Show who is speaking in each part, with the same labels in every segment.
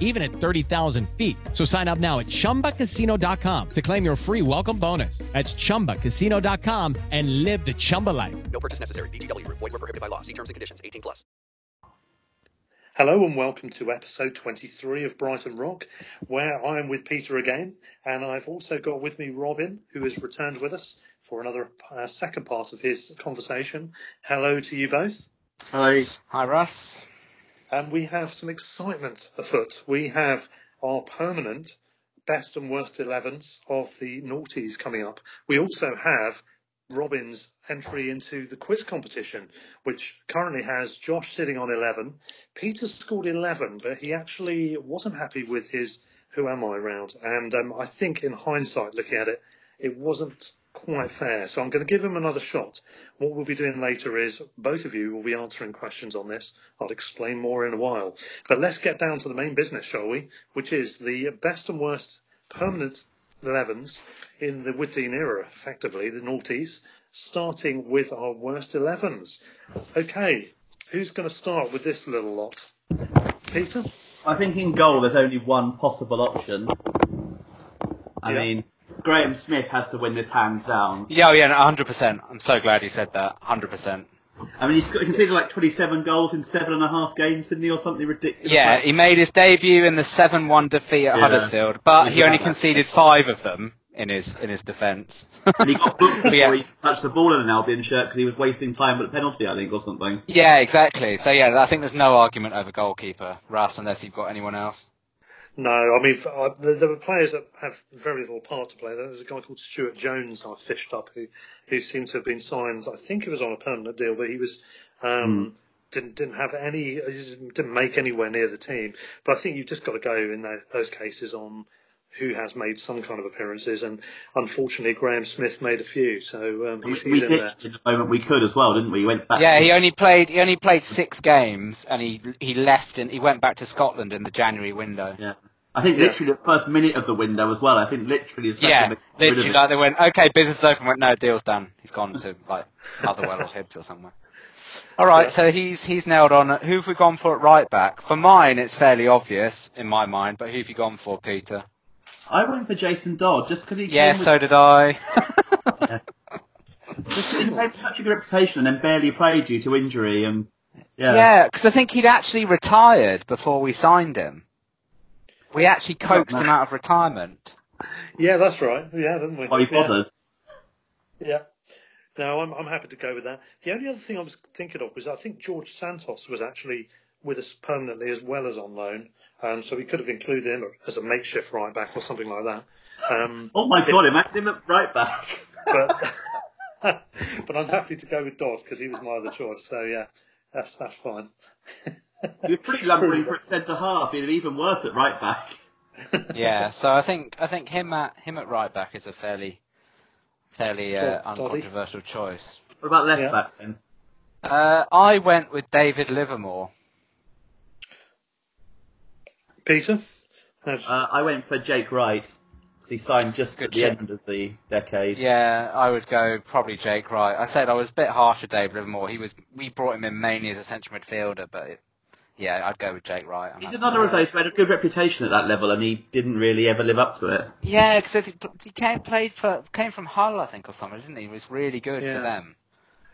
Speaker 1: even at 30,000 feet. So sign up now at chumbacasino.com to claim your free welcome bonus. That's chumbacasino.com and live the Chumba life.
Speaker 2: No purchase necessary. VGW Group. Void were prohibited by law. See terms and conditions. 18 plus.
Speaker 3: Hello and welcome to episode 23 of Brighton Rock, where I am with Peter again, and I've also got with me Robin, who has returned with us for another uh, second part of his conversation. Hello to you both.
Speaker 4: Hi.
Speaker 5: Hi, Russ.
Speaker 3: And we have some excitement afoot. We have our permanent best and worst 11s of the noughties coming up. We also have Robin's entry into the quiz competition, which currently has Josh sitting on 11. Peter scored 11, but he actually wasn't happy with his Who Am I round. And um, I think, in hindsight, looking at it, it wasn't quite fair. So I'm going to give him another shot. What we'll be doing later is both of you will be answering questions on this. I'll explain more in a while. But let's get down to the main business, shall we? Which is the best and worst permanent 11s in the Wooddean era, effectively, the noughties, starting with our worst 11s. Okay, who's going to start with this little lot? Peter?
Speaker 4: I think in goal there's only one possible option. I
Speaker 3: Yeah.
Speaker 4: mean, Graham Smith has to win this hands down.
Speaker 5: Yeah, oh, yeah, no, 100%. I'm so glad you said that. 100%.
Speaker 4: I mean, he's got- he conceded like 27 goals in seven and a half games, didn't he, or something ridiculous?
Speaker 5: Yeah,
Speaker 4: like,
Speaker 5: he made his debut in the 7-1 defeat at
Speaker 4: Yeah.
Speaker 5: Huddersfield, but
Speaker 4: He's
Speaker 5: he only
Speaker 4: about that.
Speaker 5: conceded five of them in his in his defence.
Speaker 4: and he got booked before
Speaker 5: Yeah.
Speaker 4: he touched the ball in an Albion shirt because he was wasting time at a penalty, I think, or something.
Speaker 5: yeah, exactly. So yeah, I think there's no argument over goalkeeper, Russ, unless you've got anyone else.
Speaker 3: No, I mean, f- I- there there were players that have very little part to play. There's a guy called Stuart Jones I fished up who, who seemed to have been signed. I think he was on a permanent deal, but he was um,
Speaker 4: Hmm.
Speaker 3: didn't didn't have any, he just didn't make anywhere near the team. But I think you've just got to go in tho- those cases on who has made some kind of appearances, and unfortunately Graham Smith made a few, so um,
Speaker 4: We,
Speaker 3: he's,
Speaker 4: we
Speaker 3: he's in there.
Speaker 4: ditched in the moment we could as well, didn't we? He went back.
Speaker 5: Yeah, he only played he only played six games, and he he left and he went back to Scotland in the January window.
Speaker 4: Yeah. I think
Speaker 3: Yeah.
Speaker 4: literally the first minute of the window as well. I think literally. as
Speaker 5: Yeah,
Speaker 4: Beckham got rid of
Speaker 5: literally,
Speaker 4: it.
Speaker 5: like they went, okay, business is open. Went, no, deal's done. He's gone to like Motherwell or Hibs or somewhere. All right, so he's he's nailed on. Who have we gone for at right back? For mine, it's fairly obvious in my mind. But who have you gone for, Peter?
Speaker 4: I went for Jason Dodd just because he
Speaker 5: Yeah,
Speaker 4: came
Speaker 5: so did I.
Speaker 4: with, he came with such a good reputation and then barely played due to injury and yeah.
Speaker 5: yeah, because I think he'd actually retired before we signed him. We actually coaxed him out of retirement.
Speaker 3: Yeah, that's right. Yeah, didn't we?
Speaker 4: Why he
Speaker 3: Yeah.
Speaker 4: bothered?
Speaker 3: Yeah. No, I'm, I'm happy to go with that. The only other thing I was thinking of was I think George Santos was actually with us permanently as well as on loan, um, so we could have included him as a makeshift right back or something like that. Um,
Speaker 4: Oh my god! Imagine him at right back.
Speaker 3: but but I'm happy to go with Dodd because he was my other choice. So yeah, that's that's fine.
Speaker 4: He was pretty lumbering for a centre half. He'd be even worse at right back.
Speaker 5: Yeah, so I think I think him at him at right back is a fairly fairly uh,
Speaker 3: Dod- Doddy.
Speaker 5: uncontroversial choice.
Speaker 4: What about left
Speaker 3: Yeah.
Speaker 4: back then?
Speaker 5: Uh, I went with David Livermore.
Speaker 3: Peter, Have-
Speaker 5: Uh,
Speaker 4: Uh, I went for Jake Wright. 'cause He signed just
Speaker 5: Good
Speaker 4: at the
Speaker 5: shot.
Speaker 4: end of the decade.
Speaker 5: Yeah, I would go probably Jake Wright. I said I was a bit harsh with Dave Livermore. He was we brought him in mainly as a central midfielder, but it, yeah, I'd go with Jake Wright. I'm
Speaker 4: He's
Speaker 5: happy.
Speaker 4: another of those who had a good reputation at that level, and he didn't really ever live up to it.
Speaker 5: Yeah, because he, he came played for came from Hull, I think, or somewhere, didn't he? He was really good
Speaker 3: Yeah.
Speaker 5: for them.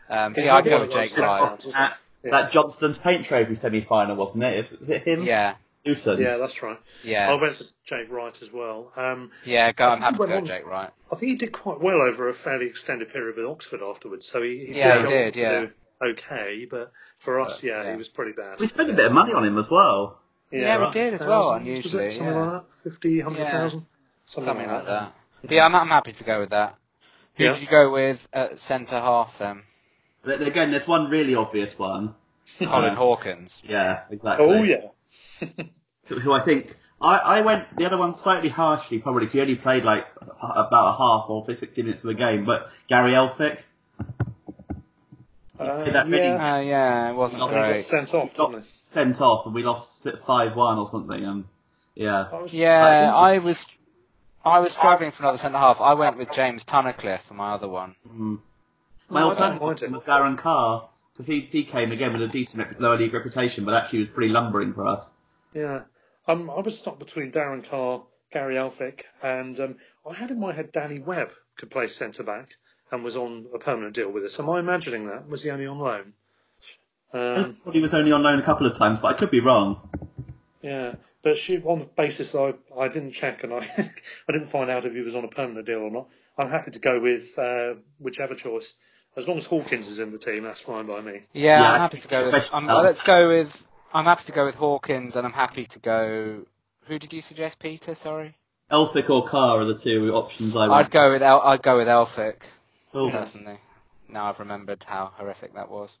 Speaker 5: Um, but
Speaker 3: He's
Speaker 5: yeah, I'd
Speaker 3: another one
Speaker 5: go with
Speaker 3: who I was
Speaker 5: Jake
Speaker 3: gonna
Speaker 5: Wright.
Speaker 3: ask.
Speaker 4: At
Speaker 3: Yeah.
Speaker 4: that Johnston's Paint Trophy semi-final, wasn't it? Was it him?
Speaker 5: Yeah,
Speaker 4: Newton.
Speaker 3: Yeah, that's right. I
Speaker 5: yeah,
Speaker 3: went for Jake Wright as well. Um,
Speaker 5: yeah. Go,
Speaker 3: I
Speaker 5: I'm
Speaker 3: think
Speaker 5: happy
Speaker 3: he
Speaker 5: to
Speaker 3: went
Speaker 5: go
Speaker 3: on-
Speaker 5: with Jake Wright.
Speaker 3: I think he did quite well over a fairly extended period with Oxford afterwards. So he, he
Speaker 5: Yeah,
Speaker 3: did,
Speaker 5: he did,
Speaker 3: to
Speaker 5: yeah.
Speaker 3: do okay, but for us, yeah,
Speaker 5: yeah.
Speaker 3: he was pretty bad.
Speaker 4: We spent a bit of money on him as well.
Speaker 5: Yeah, we
Speaker 3: right,
Speaker 5: did as well,
Speaker 3: 1,000, was
Speaker 5: unusually,
Speaker 3: it? Something
Speaker 5: yeah.
Speaker 3: like that, 50, 100,000? Something,
Speaker 5: Something like that. But yeah, I'm, I'm happy to go with that. Who
Speaker 3: Yeah.
Speaker 5: did you go with at centre half then?
Speaker 4: But again, there's one really obvious one.
Speaker 5: Colin Hawkins.
Speaker 4: Yeah, exactly.
Speaker 3: Oh, yeah.
Speaker 4: Who I think I, I went the other one slightly harshly, probably 'cause he only played like h- about a half or 60 minutes of a game. But Gary Elphick
Speaker 3: Uh,
Speaker 4: Did that really-
Speaker 3: yeah.
Speaker 5: Uh, yeah, it wasn't
Speaker 4: Not
Speaker 3: He got
Speaker 5: great.
Speaker 3: sent off,
Speaker 4: got
Speaker 3: didn't he?
Speaker 4: sent off, and we lost five-one or something. And yeah,
Speaker 3: I was-
Speaker 5: Yeah,
Speaker 4: I
Speaker 5: I was I was struggling for another centre half. I went with James Tunnicliffe for my other one.
Speaker 4: my
Speaker 3: I
Speaker 4: alternative
Speaker 3: don't mind it.
Speaker 4: was Darren Carr because he, he came again with a decent rep- lower league reputation, but actually was pretty lumbering for us.
Speaker 3: Yeah. Um, I was stuck between Darren Carr, Gary Alphick, and um, I had in my head Danny Webb could play centre back and was on a permanent deal with us. Am I imagining that? Was he only on loan? Um,
Speaker 4: I thought he was only on loan a couple of times, but I could be wrong.
Speaker 3: yeah. But she, on the basis I, I didn't check and I, I didn't find out if he was on a permanent deal or not, I'm happy to go with uh, whichever choice. As long as Hawkins is in the team, that's fine by me.
Speaker 5: Yeah,
Speaker 4: Yeah, I
Speaker 5: I'm happy
Speaker 4: think
Speaker 5: to go
Speaker 4: it's
Speaker 5: with.
Speaker 4: best
Speaker 5: I'm, uh,
Speaker 4: out.
Speaker 5: let's go with. I'm happy to go with Hawkins, and I'm happy to go. Who did you suggest, Peter? Sorry,
Speaker 4: Elphick or Carr are the two options I
Speaker 5: I'd
Speaker 4: went
Speaker 5: go with. El, I'd go with Elphick
Speaker 4: for.
Speaker 5: personally. Now I've remembered how horrific that was.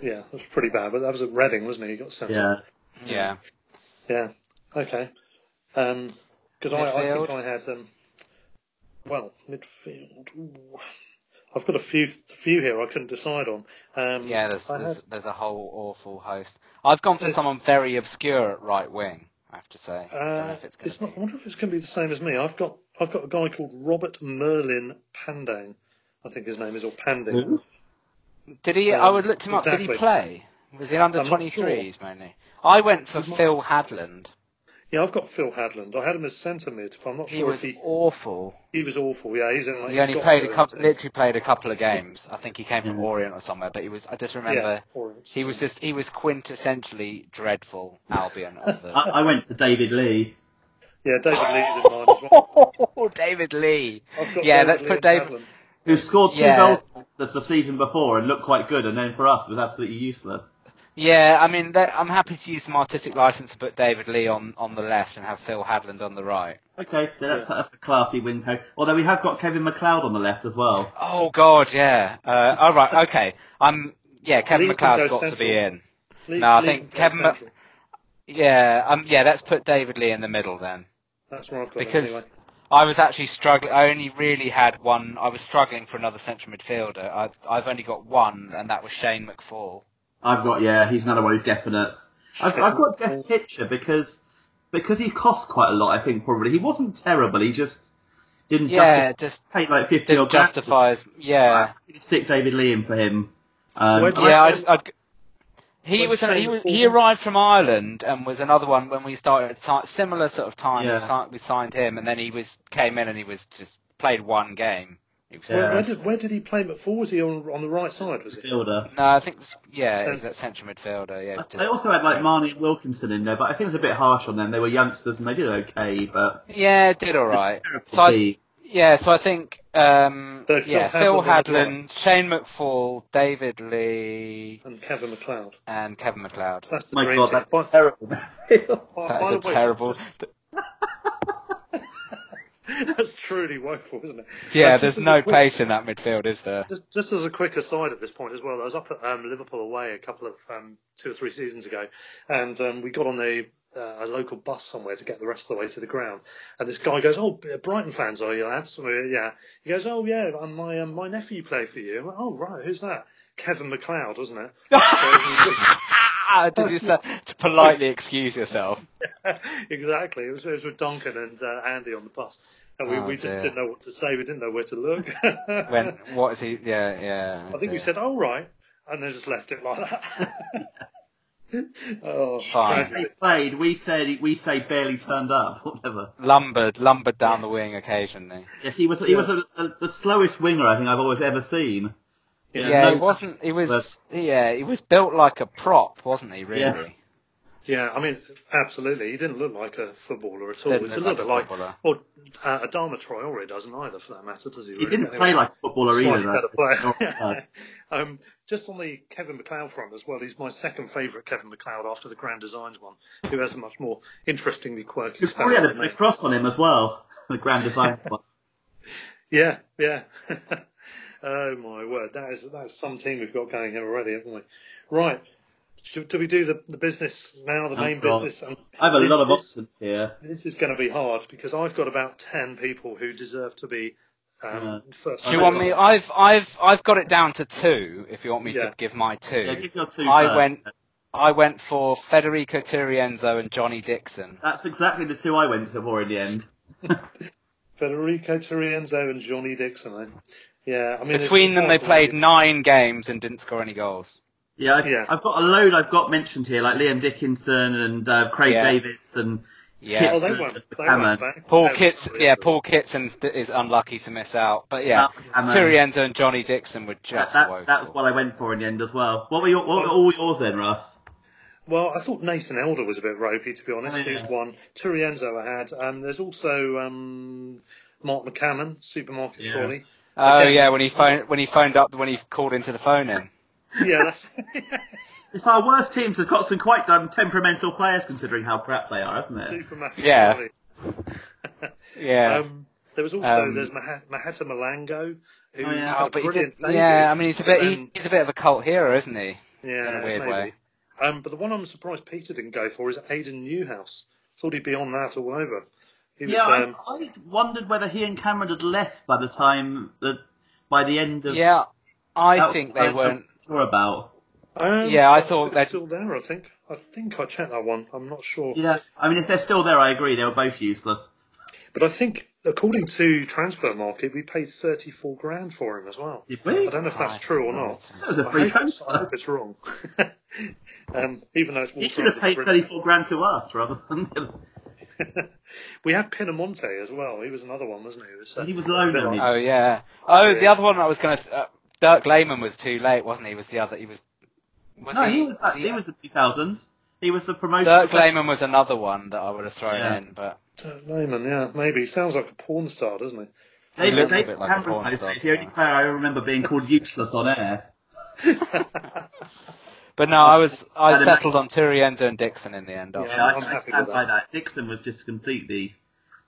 Speaker 3: Yeah, that was pretty bad, but that was at Reading, wasn't he? He got sent off.
Speaker 4: Yeah.
Speaker 5: Yeah,
Speaker 3: Yeah. Okay. Because I, I
Speaker 5: Midfield?
Speaker 3: think I had um, well midfield. ooh. I've got a few few here I couldn't decide on. Um,
Speaker 5: yeah. There's
Speaker 3: I
Speaker 5: there's, there's a whole awful host. I've gone for someone very obscure at right wing. I have to say. I
Speaker 3: had,
Speaker 5: don't know
Speaker 3: uh,
Speaker 5: if it's
Speaker 3: it's not,
Speaker 5: going to
Speaker 3: I
Speaker 5: be.
Speaker 3: wonder if it's going to be the same as me. I've got I've got a guy called Robert Merlin Pandane. I think his name is or Panding.
Speaker 5: Did he? I would look him up. Did
Speaker 3: Um, exactly.
Speaker 5: he play? Was he under
Speaker 3: I'm not sure.
Speaker 5: 23s mainly? I went for Phil Hadland.
Speaker 3: Yeah, I've got Phil Hadland. I had him as centre mid. But I'm not
Speaker 5: He
Speaker 3: sure if
Speaker 5: was
Speaker 3: he
Speaker 5: awful.
Speaker 3: he was awful. Yeah, he's in. Like,
Speaker 5: He
Speaker 3: he's
Speaker 5: only
Speaker 3: got
Speaker 5: played a
Speaker 3: those.
Speaker 5: couple, literally played a couple of games. I think he came from Orient or somewhere, but he was. I just remember
Speaker 3: Yeah, Orient.
Speaker 5: he was just he was quintessentially dreadful Albion of
Speaker 4: I,
Speaker 5: the.
Speaker 4: I went for David Lee.
Speaker 3: Yeah, David Lee's in mind as well.
Speaker 5: Oh, David Lee.
Speaker 3: I've got
Speaker 5: Yeah,
Speaker 3: David
Speaker 5: let's
Speaker 3: Lee
Speaker 5: put
Speaker 3: and
Speaker 5: David.
Speaker 3: Hadland.
Speaker 4: who scored two
Speaker 5: Yeah.
Speaker 4: goals the, the season before and looked quite good, and then for us was absolutely useless.
Speaker 5: Yeah, I mean, that, I'm happy to use some artistic license to put David Lee on on the left and have Phil Hadland on the right.
Speaker 4: Okay, so that's, that's a classy wing pair. Although we have got Kevin McLeod on the left as well.
Speaker 5: Oh God, yeah. Uh, all right, okay. I'm yeah. Kevin
Speaker 3: Lee can
Speaker 5: McLeod's
Speaker 3: go
Speaker 5: got to be
Speaker 3: central.
Speaker 5: in.
Speaker 3: Lee-
Speaker 5: No, I
Speaker 3: Lee
Speaker 5: think
Speaker 3: can play
Speaker 5: Kevin Mc-
Speaker 3: central.
Speaker 5: Yeah, um, yeah. Let's put David Lee in the middle then.
Speaker 3: That's where I've got him
Speaker 5: because
Speaker 3: anyway.
Speaker 5: I was actually struggling. I only really had one. I was struggling for another central midfielder. I, I've only got one, and that was Shane McFall.
Speaker 4: I've got yeah, he's another one who's definite. I've, I've got Jeff Pitcher because because he cost quite a lot. I think probably he wasn't terrible. He just didn't
Speaker 5: Yeah,
Speaker 4: justify,
Speaker 5: just
Speaker 4: pay like fifty or
Speaker 5: didn't justify. As, yeah,
Speaker 4: Stick David Lee in for him. Um,
Speaker 3: Where do
Speaker 5: yeah.
Speaker 3: I
Speaker 5: I'd,
Speaker 3: think-
Speaker 5: I'd, he
Speaker 3: when
Speaker 5: was. An, he
Speaker 3: Shane
Speaker 5: was.
Speaker 3: McFall-
Speaker 5: He arrived from Ireland and was another one when we started. si- Similar sort of time.
Speaker 4: Yeah.
Speaker 5: We, signed, we signed him, and then he was came in and he was just played one game. He was-
Speaker 4: Yeah.
Speaker 3: Where did where did he play McFall? Was he on on the right side? Was he?
Speaker 4: midfielder.
Speaker 5: No, I think it was, yeah,
Speaker 3: So-
Speaker 5: he was that central midfielder. Yeah, just,
Speaker 4: I also had like Marnie and Wilkinson in there, but I think it was a bit harsh on them. They were youngsters and they did okay, but
Speaker 5: yeah, did all right.
Speaker 4: terrible
Speaker 5: So I,
Speaker 4: team.
Speaker 5: Yeah, so I think um,
Speaker 3: So Phil
Speaker 5: yeah,
Speaker 3: Hadland on
Speaker 5: Phil
Speaker 3: the
Speaker 5: Hadland, Shane McFall, David Lee,
Speaker 3: And Kevin McLeod.
Speaker 5: and Kevin McLeod.
Speaker 3: That's the
Speaker 4: My
Speaker 3: dream
Speaker 4: God,
Speaker 3: team.
Speaker 4: that's
Speaker 3: By-
Speaker 4: terrible.
Speaker 3: by-
Speaker 5: That
Speaker 3: by
Speaker 5: is a
Speaker 3: the way,
Speaker 5: terrible.
Speaker 3: That's truly woeful, isn't it?
Speaker 5: Yeah,
Speaker 3: Uh, just
Speaker 5: there's
Speaker 3: as
Speaker 5: no
Speaker 3: a quick-
Speaker 5: pace in that midfield, is there?
Speaker 3: Just, just as a quick aside at this point as well, I was up at um, Liverpool away a couple of um, two or three seasons ago, and um, we got on the uh, a local bus somewhere to get the rest of the way to the ground. And this guy goes, "Oh, Brighton fans are you lads?" And we, yeah. He goes, "Oh yeah, and my um, my nephew played for you." Well, oh right, who's that? Kevin McLeod, wasn't it?
Speaker 5: Did you say to politely excuse yourself?
Speaker 3: exactly. It was, it was with Duncan and uh, Andy on the bus. and we,
Speaker 5: Oh,
Speaker 3: we just
Speaker 5: dear.
Speaker 3: didn't know what to say. We didn't know where to look.
Speaker 5: When what is he? Yeah, yeah.
Speaker 3: I think we
Speaker 5: yeah.
Speaker 3: said, "All right," and then just left it like that. oh,
Speaker 5: Fine.
Speaker 4: They
Speaker 3: tragedy.
Speaker 4: played. We said we say barely turned up. Whatever.
Speaker 5: lumbered, lumbered down the wing occasionally.
Speaker 4: Yes, he was. He was a, a, the slowest winger I think I've always ever seen.
Speaker 3: Yeah.
Speaker 5: Yeah,
Speaker 4: No,
Speaker 5: he wasn't. He was.
Speaker 4: but-
Speaker 5: yeah, he was built like a prop, wasn't he? Really.
Speaker 4: Yeah.
Speaker 3: Yeah, I mean, absolutely. He didn't look like a footballer at all.
Speaker 5: Didn't
Speaker 3: it's a
Speaker 5: look
Speaker 3: little bit
Speaker 5: like
Speaker 3: like,
Speaker 5: a footballer.
Speaker 3: or uh, Adama Traore doesn't either, for that matter, does he?
Speaker 4: He
Speaker 3: really?
Speaker 4: didn't
Speaker 3: Anyway.
Speaker 4: play like a footballer
Speaker 3: Slightly
Speaker 4: either.
Speaker 3: better
Speaker 4: No,
Speaker 3: player. um, just on the Kevin McLeod front as well, he's my second favourite Kevin McLeod after the Grand Designs one, who has a much more interestingly quirky
Speaker 4: He's
Speaker 3: spell
Speaker 4: probably had
Speaker 3: than
Speaker 4: a, a
Speaker 3: me.
Speaker 4: cross on him as well. The grand design. one.
Speaker 3: Yeah, yeah. oh my word, that is that's some team we've got going here already, haven't we? Right. Should, do we do the, the business now, the
Speaker 4: Oh,
Speaker 3: main
Speaker 4: God.
Speaker 3: business? And
Speaker 4: I have a
Speaker 3: this-
Speaker 4: lot of
Speaker 3: this-
Speaker 4: options here.
Speaker 3: This is going to be hard because I've got about ten people who deserve to be um, first.
Speaker 5: Do you want me? I've, I've, I've got it down to two. If you want me
Speaker 3: Yeah.
Speaker 5: to give my two,
Speaker 4: Yeah, give your two
Speaker 5: I
Speaker 4: first.
Speaker 5: went, I went for Federico Turienzo and Johnny Dixon.
Speaker 4: That's exactly the two I went for in the end.
Speaker 3: Federico Turienzo and Johnny Dixon. Then. Yeah, I mean it's-
Speaker 5: Between
Speaker 3: it's
Speaker 5: them, they
Speaker 3: hard to argue.
Speaker 5: played nine games and didn't score any goals.
Speaker 4: Yeah, I've,
Speaker 3: Yeah.
Speaker 4: I've got a load I've got mentioned here, like Liam Dickinson and uh, Craig
Speaker 5: Yeah.
Speaker 4: Davis and
Speaker 5: Yeah.
Speaker 3: Oh, they weren't. They weren't back.
Speaker 5: Paul
Speaker 3: They were
Speaker 5: Kits,
Speaker 3: probably
Speaker 5: yeah,
Speaker 3: under-
Speaker 5: Paul Kitson th- is unlucky to miss out, but yeah,
Speaker 4: That- and, um,
Speaker 5: Turienzo and Johnny Dixon were
Speaker 4: That,
Speaker 5: just
Speaker 4: that,
Speaker 5: woeful.
Speaker 4: that's what I went for in the end as well. What were, your, what were all yours then, Russ?
Speaker 3: Well, I thought Nathan Elder was a bit ropey, to be honest.
Speaker 4: Oh, Yeah.
Speaker 3: He's one. Turienzo I had. Um, there's also um, Mark McCammon, supermarket
Speaker 4: Yeah.
Speaker 3: trolley.
Speaker 5: oh
Speaker 3: Again-
Speaker 5: yeah, when he phoned, when he phoned up, when he called into the phone in.
Speaker 3: Yeah, that's.
Speaker 4: It's our worst teams have got some quite um, temperamental players considering how crap they are, isn't it?
Speaker 3: supermarket
Speaker 5: Yeah.
Speaker 3: trolley.
Speaker 5: Yeah.
Speaker 3: Um, there was also
Speaker 5: Um,
Speaker 3: there's Mah- Mahata Malango. Who
Speaker 4: Oh, yeah.
Speaker 3: had
Speaker 5: Oh,
Speaker 3: a
Speaker 5: but he did,
Speaker 3: brilliant debut,
Speaker 5: yeah, I mean he's a bit
Speaker 3: but
Speaker 5: he,
Speaker 3: then-
Speaker 5: he's a bit of a cult hero, isn't he?
Speaker 3: yeah,
Speaker 5: in a weird
Speaker 3: maybe.
Speaker 5: way.
Speaker 3: Um, but the one I'm surprised Peter didn't go for is Aidan Newhouse. Thought he'd be on that all over. He was,
Speaker 4: Yeah, I,
Speaker 3: um,
Speaker 4: I wondered whether he and Cameron had left by the time that by the end of
Speaker 5: Yeah, I
Speaker 4: that was
Speaker 5: think
Speaker 4: what
Speaker 5: they
Speaker 4: I'm
Speaker 5: weren't.
Speaker 4: sure about.
Speaker 3: um,
Speaker 5: Yeah, I
Speaker 3: think
Speaker 5: thought
Speaker 3: it's
Speaker 5: that-
Speaker 3: still there. I think I think I checked that one. I'm not sure.
Speaker 4: Yeah, I mean if they're still there, I agree they were both useless.
Speaker 3: But I think, according to Transfer Market, we paid 34 grand for him as well.
Speaker 4: Did we?
Speaker 3: I don't know if that's
Speaker 5: I
Speaker 3: true or
Speaker 5: don't
Speaker 3: not.
Speaker 4: That was a
Speaker 3: I
Speaker 4: free
Speaker 3: hope it's, I
Speaker 4: transfer.
Speaker 3: hope it's wrong. um, even though it's
Speaker 4: He
Speaker 3: Wolves
Speaker 4: should
Speaker 3: under
Speaker 4: have
Speaker 3: the
Speaker 4: paid
Speaker 3: bridge.
Speaker 4: thirty-four grand to us rather than.
Speaker 3: We had Pinamonte as well. He was another one, wasn't he? It was, uh,
Speaker 4: He was loaned,
Speaker 3: a bit
Speaker 4: wasn't he?
Speaker 5: Oh yeah. Oh, the
Speaker 3: Yeah.
Speaker 5: other one I was going to. Uh, Dirk Lehmann was too late, wasn't he? Was the other? He was. was
Speaker 4: No, he was.
Speaker 5: he-
Speaker 4: He was the two thousands. He was the promotion.
Speaker 5: Dirk Lehmann was another one that I would have thrown
Speaker 4: Yeah.
Speaker 5: in, but
Speaker 3: Dirk Lehmann, yeah, maybe. He sounds like a porn star, doesn't he?
Speaker 4: David,
Speaker 5: He looked a
Speaker 4: David
Speaker 5: bit like a
Speaker 4: Cameron
Speaker 5: porn
Speaker 4: plays
Speaker 5: star,
Speaker 4: it. the only
Speaker 5: yeah.
Speaker 4: player I remember being called useless on air.
Speaker 5: but no, I was
Speaker 4: Had
Speaker 5: I
Speaker 4: a-
Speaker 5: settled on Turienzo and Dixon in the end. after
Speaker 3: Yeah,
Speaker 4: Yeah,
Speaker 3: I'm
Speaker 4: I, I
Speaker 3: happy
Speaker 4: stand
Speaker 3: with
Speaker 4: by that. Dixon was just completely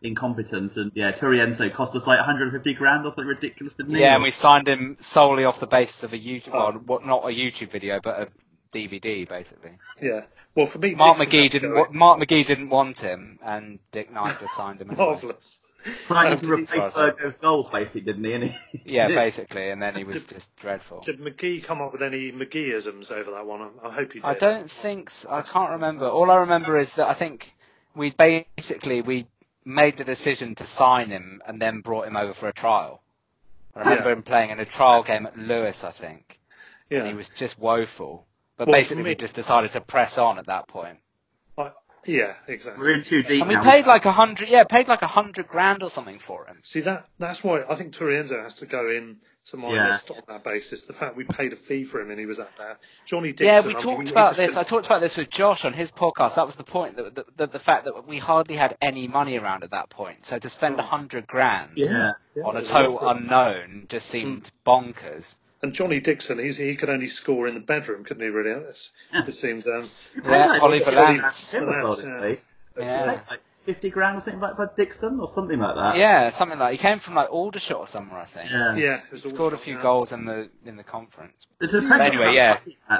Speaker 4: incompetent, and yeah, Turienzo cost us like 150 grand or something ridiculous, didn't he?
Speaker 5: Yeah, and we signed him solely off the basis of a YouTube, well, what not a YouTube video, but a DVD basically.
Speaker 3: Yeah. Well, for me,
Speaker 5: Mark
Speaker 3: Dixon
Speaker 5: McGee
Speaker 3: had to
Speaker 5: didn't.
Speaker 3: go
Speaker 5: Wa-
Speaker 3: in.
Speaker 5: Mark McGee didn't want him, and Dick Knight just signed him. Anyway.
Speaker 3: Marvellous.
Speaker 4: trying to
Speaker 5: Um,
Speaker 4: replace
Speaker 5: sorry.
Speaker 4: Virgo's goals, basically, didn't he? And he-
Speaker 5: Yeah, basically, and then he was just dreadful.
Speaker 3: Did McGee come up with any McGeeisms over that one? I, I hope he did.
Speaker 5: I don't think. So. I can't remember. All I remember is that I think we basically we made the decision to sign him and then brought him over for a trial. I remember
Speaker 3: Yeah.
Speaker 5: him playing in a trial game at Lewis, I think,
Speaker 3: Yeah.
Speaker 5: and he was just woeful. But
Speaker 3: Well, for
Speaker 5: basically,
Speaker 3: me-
Speaker 5: we just decided to press on at that point.
Speaker 3: I- yeah, exactly.
Speaker 4: We're in too deep
Speaker 5: And we
Speaker 4: now.
Speaker 5: paid like a hundred, yeah, paid like a hundred grand or something for him.
Speaker 3: See that that's why I think Turienzo has to go in to my
Speaker 4: Yeah.
Speaker 3: list on that basis. The fact we paid a fee for him and he was at that. Johnny Dixon.
Speaker 5: Yeah, we
Speaker 3: I mean,
Speaker 5: talked
Speaker 3: he
Speaker 5: about
Speaker 3: just
Speaker 5: this. I
Speaker 3: didn't-
Speaker 5: talked about this with Josh on his podcast. That was the point that the, the, the fact that we hardly had any money around at that point. So to spend a hundred grand
Speaker 4: Yeah.
Speaker 5: on a
Speaker 3: it's
Speaker 5: total
Speaker 3: awful.
Speaker 5: unknown just seemed bonkers.
Speaker 3: And Johnny Dixon, he's, he could only score in the bedroom, couldn't he? Really, It's- it seems. Um,
Speaker 5: Yeah,
Speaker 4: Paid,
Speaker 5: Oliver
Speaker 4: like,
Speaker 5: Lance.
Speaker 4: Oliver Lance,
Speaker 3: Yeah.
Speaker 4: probably.
Speaker 5: Yeah.
Speaker 4: Like 50 grand or something like that, Dixon, or something like that.
Speaker 5: yeah, something like he came from like Aldershot or somewhere, I think.
Speaker 4: Yeah.
Speaker 3: yeah, it was
Speaker 5: Scored a
Speaker 3: awful,
Speaker 5: few
Speaker 3: yeah.
Speaker 5: goals in the in the conference.
Speaker 4: There's a penalty
Speaker 5: Anyway, yeah.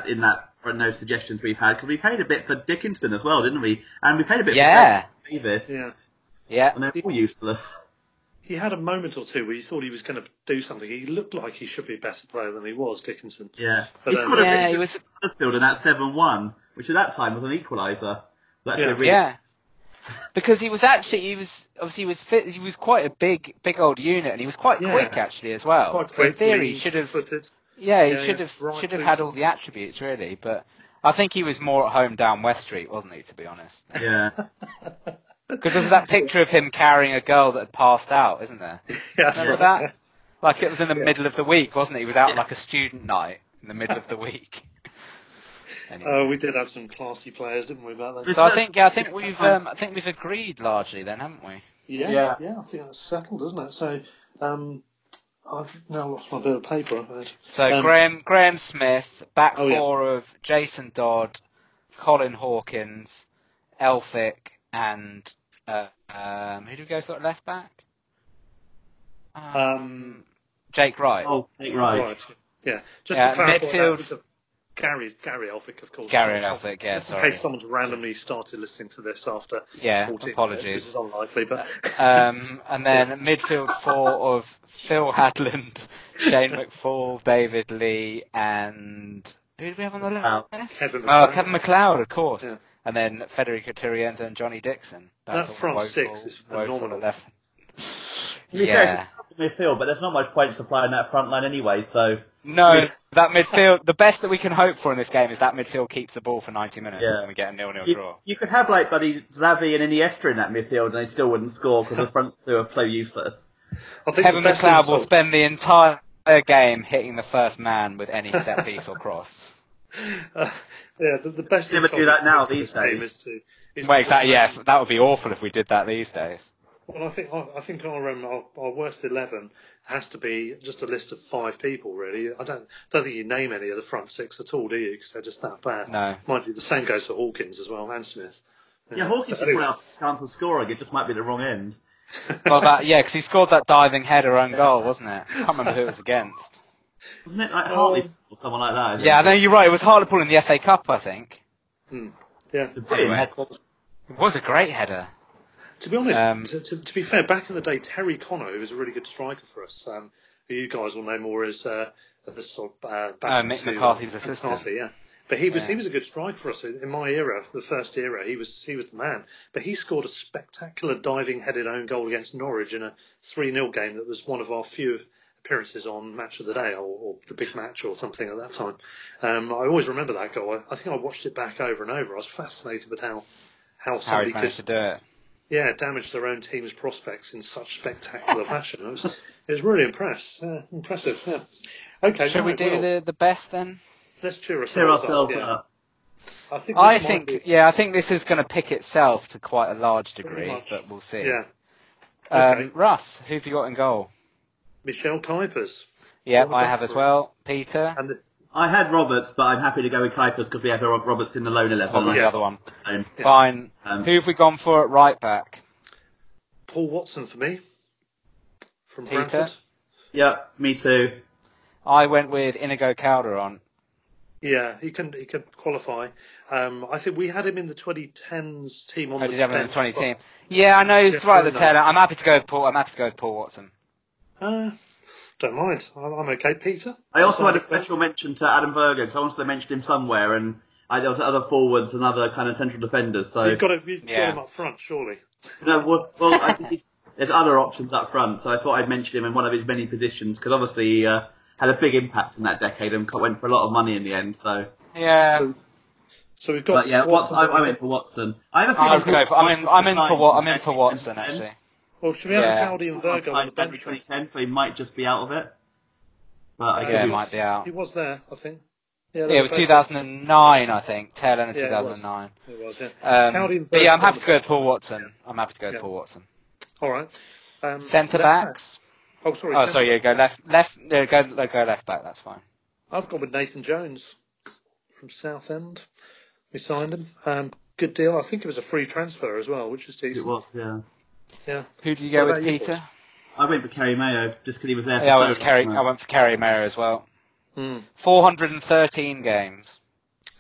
Speaker 4: in that for no suggestions we've had because we paid a bit for Dickinson as well, didn't we? And we paid a bit
Speaker 5: Yeah.
Speaker 4: for Davis,
Speaker 3: Yeah,
Speaker 5: Yeah,
Speaker 4: and they're all useless.
Speaker 3: he had a moment or two where you thought he was going to do something. He looked like he should be a better player than he was, Dickinson.
Speaker 4: Yeah,
Speaker 3: But, um,
Speaker 4: got a
Speaker 5: yeah,
Speaker 4: bit
Speaker 5: he was.
Speaker 4: Huddersfield in that 7-1, which at that time was an equaliser. Was actually
Speaker 3: Yeah.
Speaker 4: a really-
Speaker 5: Yeah. because he was actually he was obviously he was fit, he was quite a big big old unit and he was quite
Speaker 3: Yeah.
Speaker 5: quick actually as well.
Speaker 3: Quite
Speaker 5: so in
Speaker 3: quickly
Speaker 5: theory he should have
Speaker 3: footed.
Speaker 5: yeah, he
Speaker 3: Yeah,
Speaker 5: should
Speaker 3: yeah,
Speaker 5: have
Speaker 3: right
Speaker 5: should have
Speaker 3: boot.
Speaker 5: had all the attributes really, but I think he was more at home down West Street, wasn't he? To be honest,
Speaker 4: Yeah.
Speaker 5: because there's that picture of him carrying a girl that had passed out, isn't there?
Speaker 3: Yeah, that's
Speaker 5: Remember
Speaker 3: right.
Speaker 5: that? Like it was in the middle of the week, wasn't it? He was out like a student night in the middle of the week. anyway.
Speaker 3: Oh, we did have some classy players, didn't we, about that?
Speaker 5: so I think yeah, I think we've um, I think we've agreed largely then, haven't we?
Speaker 3: Yeah,
Speaker 4: Yeah.
Speaker 3: yeah, I think that's settled, isn't it? So, um, I've now lost my bit of paper. I've had.
Speaker 5: So
Speaker 3: Um,
Speaker 5: Graham Graham Smith, back
Speaker 3: Oh,
Speaker 5: four
Speaker 3: yeah.
Speaker 5: of Jason Dodd, Colin Hawkins, Elphick, and uh, um, who do we go for at left back? Um,
Speaker 3: Um,
Speaker 5: Jake Wright.
Speaker 4: Oh, Nick Wright.
Speaker 3: Right. Yeah. Just
Speaker 5: Yeah,
Speaker 3: to clarify,
Speaker 5: midfield-
Speaker 3: that was a Gary Gary Elphick, of course.
Speaker 5: Gary
Speaker 3: Just-
Speaker 5: Elphick, yeah,
Speaker 3: Just in
Speaker 5: sorry.
Speaker 3: case someone's randomly started listening to this after.
Speaker 5: Yeah,
Speaker 3: 14
Speaker 5: apologies.
Speaker 3: minutes, This is unlikely, but
Speaker 5: Um, and then midfield four of Phil Hadland, Shane McFall, David Lee, and who did we have on the left?
Speaker 3: Kevin.
Speaker 5: Oh,
Speaker 3: McLaren.
Speaker 5: Kevin McLeod, of course.
Speaker 3: Yeah.
Speaker 5: And then Federico Turienzo and Johnny Dixon.
Speaker 3: That
Speaker 5: a
Speaker 3: front
Speaker 5: woeful-
Speaker 3: six is
Speaker 5: woeful
Speaker 3: phenomenal.
Speaker 5: eleven.
Speaker 4: To be fair,
Speaker 5: Yeah.
Speaker 4: it's a midfield, but there's not much point in supplying that front line anyway, so
Speaker 5: No, that midfield, the best that we can hope for in this game is that midfield keeps the ball for 90 minutes
Speaker 4: Yeah.
Speaker 5: and we get a nil-nil
Speaker 4: you,
Speaker 5: draw.
Speaker 4: you could have like buddy Xavi and Iniesta in that midfield and they still wouldn't score because the front two are so useless.
Speaker 3: I think the
Speaker 5: Kevin
Speaker 3: best
Speaker 5: McLeod will
Speaker 3: insult-
Speaker 5: spend the entire game hitting the first man with any set piece or cross.
Speaker 3: uh, Yeah, the, the best.
Speaker 4: Never
Speaker 3: insult
Speaker 4: do that now
Speaker 3: to
Speaker 4: these
Speaker 3: this team
Speaker 4: days.
Speaker 3: Is to, is
Speaker 5: Well,
Speaker 3: to-
Speaker 5: exactly, yes, that would be awful if we did that these days.
Speaker 3: Well, I think I, I think our, um, our our worst eleven has to be just a list of five people. Really, I don't don't think you name any of the front six at all, do you? Because they're just that bad.
Speaker 5: No.
Speaker 3: mind you, the same goes for Hawkins as well and Smith.
Speaker 4: Yeah, Hawkins just put out a chance of scoring, it just might be the wrong end.
Speaker 5: Well, that, yeah, because he scored that diving header own goal, wasn't it? I can't remember who it was against.
Speaker 4: Wasn't it like
Speaker 3: Oh.
Speaker 4: Hartley or someone like that? I think?
Speaker 5: Yeah, I know you're right. It was Hartlepool in the FA Cup, I think.
Speaker 3: Yeah.
Speaker 4: Brilliant.
Speaker 5: It was a great header.
Speaker 3: To be honest,
Speaker 5: Um,
Speaker 3: to, to, to be fair, back in the day, Terry Connor, who was a really good striker for us, um, who you guys will know more as uh, as sort of, uh, back
Speaker 5: Mick
Speaker 3: to-
Speaker 5: McCarthy's assistant.
Speaker 3: McCarthy, yeah. But he was he was a good striker for us in, in my era, the first era. He was he was the man. But he scored a spectacular diving headed own goal against Norwich in a three 0 game that was one of our few appearances on Match of the Day or, or the Big Match or something at that time. Um, I always remember that goal. I, I think I watched it back over and over. I was fascinated with how how
Speaker 5: How he
Speaker 3: somebody could
Speaker 5: managed to do it.
Speaker 3: yeah, damaged their own team's prospects in such spectacular fashion. It was, it was really impressed, uh, impressive. Yeah. Okay,
Speaker 5: Should we
Speaker 3: right,
Speaker 5: do
Speaker 3: well,
Speaker 5: the, the best then?
Speaker 3: Let's cheer ourselves,
Speaker 4: Tear ourselves
Speaker 3: up. yeah.
Speaker 4: up.
Speaker 3: I think.
Speaker 5: I
Speaker 3: this might
Speaker 5: think,
Speaker 3: be-
Speaker 5: yeah, I think this is going to pick itself to quite a large degree,
Speaker 3: much.
Speaker 5: but we'll see.
Speaker 3: yeah,
Speaker 5: Um,
Speaker 3: okay.
Speaker 5: Russ, who've you got in goal?
Speaker 3: Michelle Kuipers
Speaker 5: Yep,
Speaker 3: Well,
Speaker 5: I
Speaker 3: that's
Speaker 5: have as
Speaker 3: right.
Speaker 5: well. Peter,
Speaker 3: and the,
Speaker 4: I had Roberts, but I'm happy to go with Kuipers because we have the Rob- Roberts in the loan 11.
Speaker 5: probably
Speaker 4: and
Speaker 5: the
Speaker 3: yeah.
Speaker 5: other one.
Speaker 4: I don't-
Speaker 5: Fine.
Speaker 4: Um,
Speaker 5: Who have we gone for at right back?
Speaker 3: Paul Watson for me from
Speaker 5: Peter?
Speaker 3: Bradford.
Speaker 4: Yep, me too.
Speaker 5: I went with Inigo Calderon.
Speaker 3: Yeah, he can he could qualify. Um, I think we had him in the 2010s team on
Speaker 5: I
Speaker 3: the
Speaker 5: Oh, did have him in
Speaker 3: bench,
Speaker 5: the 20
Speaker 3: but-
Speaker 5: team. Yeah, I know it's
Speaker 3: Oh, Yeah,
Speaker 5: right at the
Speaker 3: fair
Speaker 5: tail.
Speaker 3: enough.
Speaker 5: end. I'm happy to go with Paul. I'm happy to go with Paul Watson.
Speaker 3: Uh, don't mind, I'm, I'm okay. Peter.
Speaker 4: I also had a
Speaker 3: Sorry.
Speaker 4: special mention to Adam Virgo because I wanted to mention him somewhere, and I there was other forwards and other kind of central defenders. So
Speaker 3: You've got him, you've
Speaker 5: Yeah.
Speaker 3: got him up front, surely.
Speaker 4: No, well, well I think he's, there's other options up front, so I thought I'd mention him in one of his many positions because obviously he uh, had a big impact in that decade and co- went for a lot of money in the end. So,
Speaker 5: Yeah.
Speaker 3: So, so we've got.
Speaker 4: but yeah, Watson,
Speaker 3: Watson-
Speaker 4: I, I went for Watson. I have a
Speaker 5: I'll
Speaker 4: feeling
Speaker 5: go for, Ah, I'm in, I'm in for what, I'm in for
Speaker 4: Watson
Speaker 5: Watson actually.
Speaker 3: Well, should we have
Speaker 5: Yeah.
Speaker 3: Howdy and Virgo on the bench?
Speaker 4: 2010, so he might just be out of it. But I
Speaker 5: Yeah,
Speaker 4: guess
Speaker 5: it might be out.
Speaker 3: He was there, I think. Yeah,
Speaker 5: Yeah, it was 2009, I think. Tail end of
Speaker 3: Yeah, it was.
Speaker 5: 2009.
Speaker 3: It was, yeah. Howdy
Speaker 5: Um,
Speaker 3: and
Speaker 5: but
Speaker 3: Virgo.
Speaker 5: yeah, I'm happy to go with Paul Watson. I'm happy to go with
Speaker 3: Yeah.
Speaker 5: Paul Watson.
Speaker 3: All right. Um,
Speaker 5: Centre
Speaker 3: left
Speaker 5: backs.
Speaker 3: back. Oh, sorry.
Speaker 5: Oh,
Speaker 3: centre-
Speaker 5: sorry, yeah, go left, left, no, go, no, go left back. That's fine.
Speaker 3: I've gone with Nathan Jones from Southend. We signed him. Um, good deal. I think it was a free transfer as well, which is
Speaker 4: it
Speaker 3: decent.
Speaker 4: was, yeah.
Speaker 3: Yeah.
Speaker 5: Who do you go
Speaker 3: What
Speaker 5: with,
Speaker 3: about you,
Speaker 5: Peter?
Speaker 3: boys?
Speaker 4: I went for Kerry Mayo just because he was there.
Speaker 5: Yeah, I
Speaker 4: for
Speaker 5: went
Speaker 4: so
Speaker 5: for Kerry.
Speaker 4: long.
Speaker 5: I went for Kerry Mayer as well.
Speaker 3: Hmm.
Speaker 5: 413 games.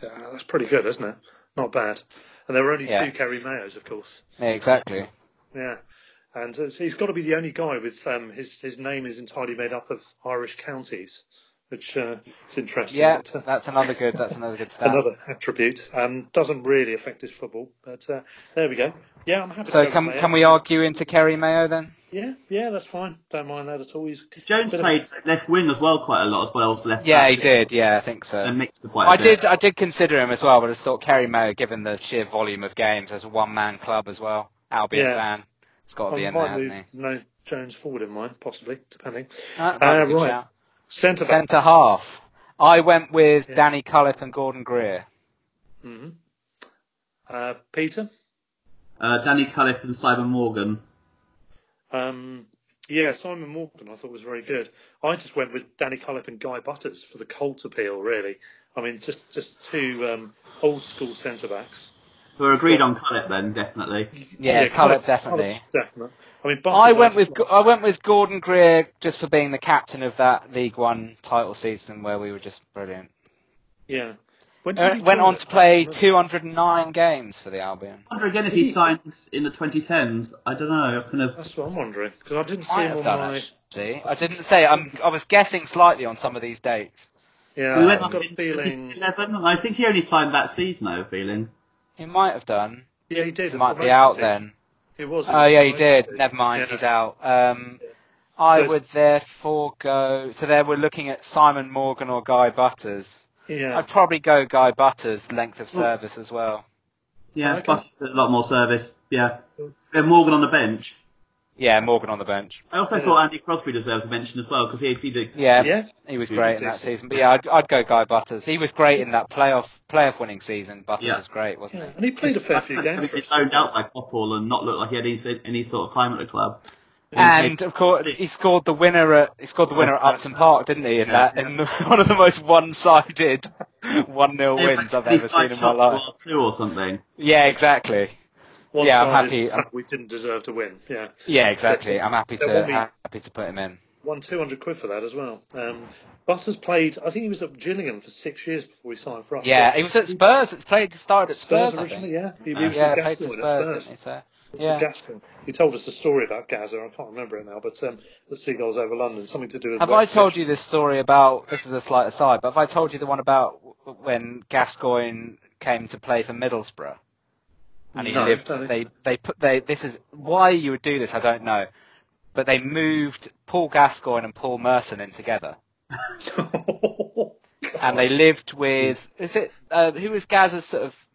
Speaker 3: Yeah, Uh, that's pretty good, isn't it? Not bad. And there were only
Speaker 5: Yeah.
Speaker 3: two Kerry Mayos, of course.
Speaker 5: Yeah, exactly.
Speaker 3: Yeah. And it's- he's got to be the only guy with um, his his name is entirely made up of Irish counties, which uh, is interesting.
Speaker 5: Yeah,
Speaker 3: but, uh,
Speaker 5: that's another good. That's another good stat.
Speaker 3: another attribute. Um, doesn't really affect his football, but uh, there we go. Yeah, I'm happy.
Speaker 5: So
Speaker 3: to go
Speaker 5: can
Speaker 3: with Mayo.
Speaker 5: can we argue into Kerry Mayo then?
Speaker 3: Yeah, yeah, that's fine. Don't mind that at all. He's
Speaker 4: Jones
Speaker 3: bit of-
Speaker 4: played left wing as well quite a lot as well as left.
Speaker 5: Yeah,
Speaker 4: back.
Speaker 5: he did. Yeah, I think so.
Speaker 4: And mixed the quite a
Speaker 5: I
Speaker 4: bit.
Speaker 5: did. I did consider him as well, but I just thought Kerry Mayo, given the sheer volume of games, as a one-man club as well. Albion
Speaker 3: Yeah.
Speaker 5: fan. It's got to be
Speaker 3: I
Speaker 5: in there,
Speaker 3: might
Speaker 5: hasn't
Speaker 3: move
Speaker 5: he?
Speaker 3: no Jones forward in mine, possibly, depending.
Speaker 5: That- that'd be a good
Speaker 3: Uh, right.
Speaker 5: shout.
Speaker 3: Centre back.
Speaker 5: Centre half. I went with Danny Cullip and Gordon Greer.
Speaker 3: Mhm. Uh, Peter.
Speaker 4: Uh, Danny Cullip and Simon Morgan.
Speaker 3: Um, yeah, Simon Morgan I thought was very good. I just went with Danny Cullip and Guy Butters for the cult appeal, really. I mean, just just two um, old school centre backs.
Speaker 4: Who are agreed on Cullip then, definitely.
Speaker 5: Yeah, Cullip definitely.
Speaker 3: Cullip's definite. I mean, Butters
Speaker 5: I went with
Speaker 3: just-
Speaker 5: I went with Gordon Greer just for being the captain of that League One title season where we were just brilliant.
Speaker 3: yeah. When did
Speaker 5: Uh,
Speaker 3: he
Speaker 5: Went
Speaker 3: join
Speaker 5: on
Speaker 3: it?
Speaker 5: to play 209 games for the Albion.
Speaker 4: I wonder again if he signed in the 2010s. I don't know. I kind of
Speaker 3: That's what I'm wondering because I didn't see
Speaker 5: Might
Speaker 3: him
Speaker 5: have
Speaker 3: on
Speaker 5: done
Speaker 3: my.
Speaker 5: it. See, I didn't say. I'm, I was guessing slightly on some of these dates.
Speaker 3: Yeah,
Speaker 4: we went
Speaker 3: I've
Speaker 4: up
Speaker 3: got a
Speaker 4: in
Speaker 3: feeling.
Speaker 4: 2011, and I think he only signed that season. I have a feeling.
Speaker 5: He might have done.
Speaker 3: Yeah, he did.
Speaker 5: He might be
Speaker 3: Promoted
Speaker 5: out
Speaker 3: it.
Speaker 5: then.
Speaker 3: He was.
Speaker 5: Oh yeah, he
Speaker 3: promoted
Speaker 5: did.
Speaker 3: it.
Speaker 5: Never mind,
Speaker 3: Yeah.
Speaker 5: he's out. Um, I
Speaker 3: So it's-
Speaker 5: would therefore go. So there we're looking at Simon Morgan or Guy Butters.
Speaker 3: Yeah.
Speaker 5: I'd probably go Guy Butters length of service as well.
Speaker 4: Yeah,
Speaker 3: Okay.
Speaker 4: plus a lot more service. Yeah, and Morgan on the bench.
Speaker 5: Yeah, Morgan on the bench.
Speaker 4: I also thought Andy Crosby deserves a mention as well because he, he did.
Speaker 5: Yeah,
Speaker 3: Yeah.
Speaker 5: he was
Speaker 3: He
Speaker 5: great
Speaker 3: was
Speaker 5: in that
Speaker 3: decent.
Speaker 5: season. But yeah, I'd, I'd go Guy Butters. He was great in that playoff playoff winning season. Butters
Speaker 4: Yeah.
Speaker 5: was great, wasn't
Speaker 3: Yeah, And he played a fair few
Speaker 4: I
Speaker 3: games.
Speaker 4: mean,
Speaker 3: for
Speaker 4: he
Speaker 3: us.
Speaker 4: zoned out by Popple and not look like he had any, any sort of time at the club.
Speaker 5: he? And of course, he scored the winner at he scored the winner at Upton Park, didn't he? In that in the, one of the most one sided one 0
Speaker 4: They
Speaker 5: wins I've
Speaker 4: had
Speaker 5: ever seen
Speaker 4: 25
Speaker 5: in my
Speaker 4: shots
Speaker 5: life.
Speaker 4: or Two or something.
Speaker 5: Yeah, exactly.
Speaker 3: One
Speaker 5: Yeah, I'm
Speaker 3: side
Speaker 5: happy.
Speaker 3: is the fact We didn't deserve to win. Yeah.
Speaker 5: Yeah, exactly. I'm happy
Speaker 3: There
Speaker 5: to
Speaker 3: won't be-
Speaker 5: happy to put him in.
Speaker 3: won 200 quid for that as well. Um, Butters played, I think he was at Gillingham for six years before he signed for us.
Speaker 5: Yeah, he was at Spurs. It's played started at Spurs,
Speaker 3: Spurs
Speaker 5: I
Speaker 3: originally,
Speaker 5: think. Uh,
Speaker 3: yeah. He, he was
Speaker 5: Yeah,
Speaker 3: with
Speaker 5: played for
Speaker 3: Gascoigne at
Speaker 5: Spurs,
Speaker 3: Spurs.
Speaker 5: didn't he? So
Speaker 3: He was with
Speaker 5: yeah.
Speaker 3: Gascoigne. He told us a story about Gaza, I can't remember it now, but um, the Seagulls over London, something to do with...
Speaker 5: Have I told you this story about? This is a slight aside, but have I told you the one about w- when Gascoigne came to play for Middlesbrough? And he
Speaker 3: No,
Speaker 5: lived.
Speaker 3: don't think
Speaker 5: They they put they. This is why you would do this. I don't know, but they moved Paul Gascoigne and Paul Merson in together, and they lived with. Is it uh, who was Gaz's sort of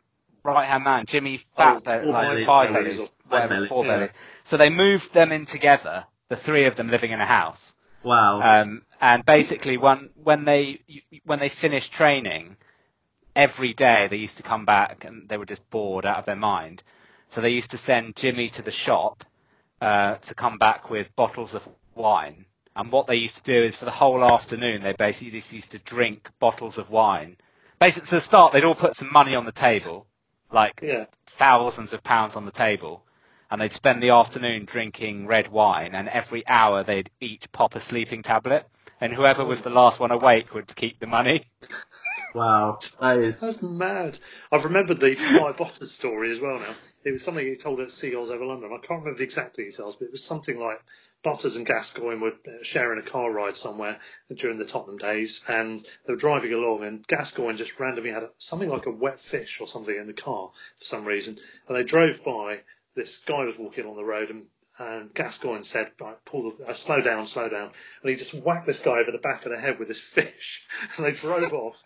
Speaker 5: right hand man? Jimmy
Speaker 3: Oh,
Speaker 5: Fat,
Speaker 4: Four
Speaker 5: like
Speaker 4: Bellies.
Speaker 5: Five
Speaker 3: Bellies
Speaker 5: Bellies,
Speaker 3: or
Speaker 5: whatever,
Speaker 4: Bellies,
Speaker 5: Four
Speaker 3: yeah.
Speaker 5: Bellies. So they moved them in together. The three of them living in a house.
Speaker 4: Wow.
Speaker 5: Um, and basically, when when they when they finished training, every day they used to come back and they were just bored out of their mind. So they used to send Jimmy to the shop uh, to come back with bottles of wine. And what they used to do is for the whole afternoon, they basically just used to drink bottles of wine. Basically, to start, they'd all put some money on the table, like
Speaker 3: Yeah.
Speaker 5: thousands of pounds on the table and they'd spend the afternoon drinking red wine and every hour they'd each pop a sleeping tablet and whoever was the last one awake would keep the money.
Speaker 4: wow. That is.
Speaker 3: That's mad. I've remembered the Guy Butters story as well now. It was something he told at Seagulls over London. I can't remember the exact details, but it was something like Butters and Gascoigne were uh, sharing a car ride somewhere during the Tottenham days, and they were driving along, and Gascoigne just randomly had a, something like a wet fish or something in the car for some reason, and they drove by. This guy was walking on the road, and and Gascoigne said, right, pull the, uh, slow down, slow down. And he just whacked this guy over the back of the head with this fish. And they drove off,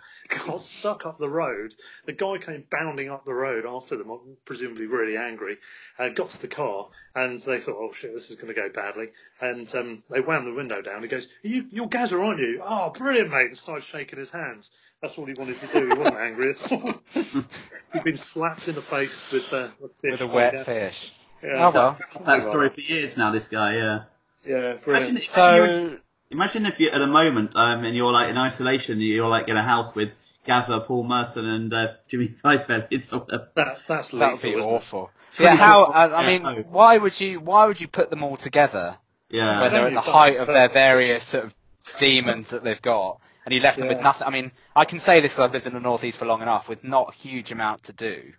Speaker 3: got stuck up the road. The guy came bounding up the road after them, presumably really angry, and got to the car. And they thought, oh shit, this is going to go badly. And um, they wound the window down. He goes, you, you're Gazza, aren't you? Oh, brilliant, mate. And started shaking his hands. That's all he wanted to do. He wasn't angry at all. He'd been slapped in the face with, uh, a fish.
Speaker 5: With a
Speaker 3: by
Speaker 5: wet
Speaker 3: Gascoigne.
Speaker 5: fish.
Speaker 3: Yeah.
Speaker 5: Oh well.
Speaker 4: That story for years now. This guy. Yeah.
Speaker 3: Yeah, brilliant.
Speaker 4: Imagine, imagine
Speaker 5: So
Speaker 4: you- imagine if you're at a moment um, and you're like in isolation. You're like in a house with Gazza, Paul Merson, and uh, Jimmy Fivebell. It's all a
Speaker 3: That that's
Speaker 5: that
Speaker 3: lethal.
Speaker 5: would be
Speaker 3: isn't it?
Speaker 5: awful. Yeah, how uh, I, I
Speaker 4: Yeah.
Speaker 5: mean why would you why would you put them all together
Speaker 4: Yeah.
Speaker 5: when they're at the height of their various sort of demons that they've got? And you left them with
Speaker 3: Yeah.
Speaker 5: nothing. I mean, I can say this because I've lived in the northeast for long enough, with not a huge amount to do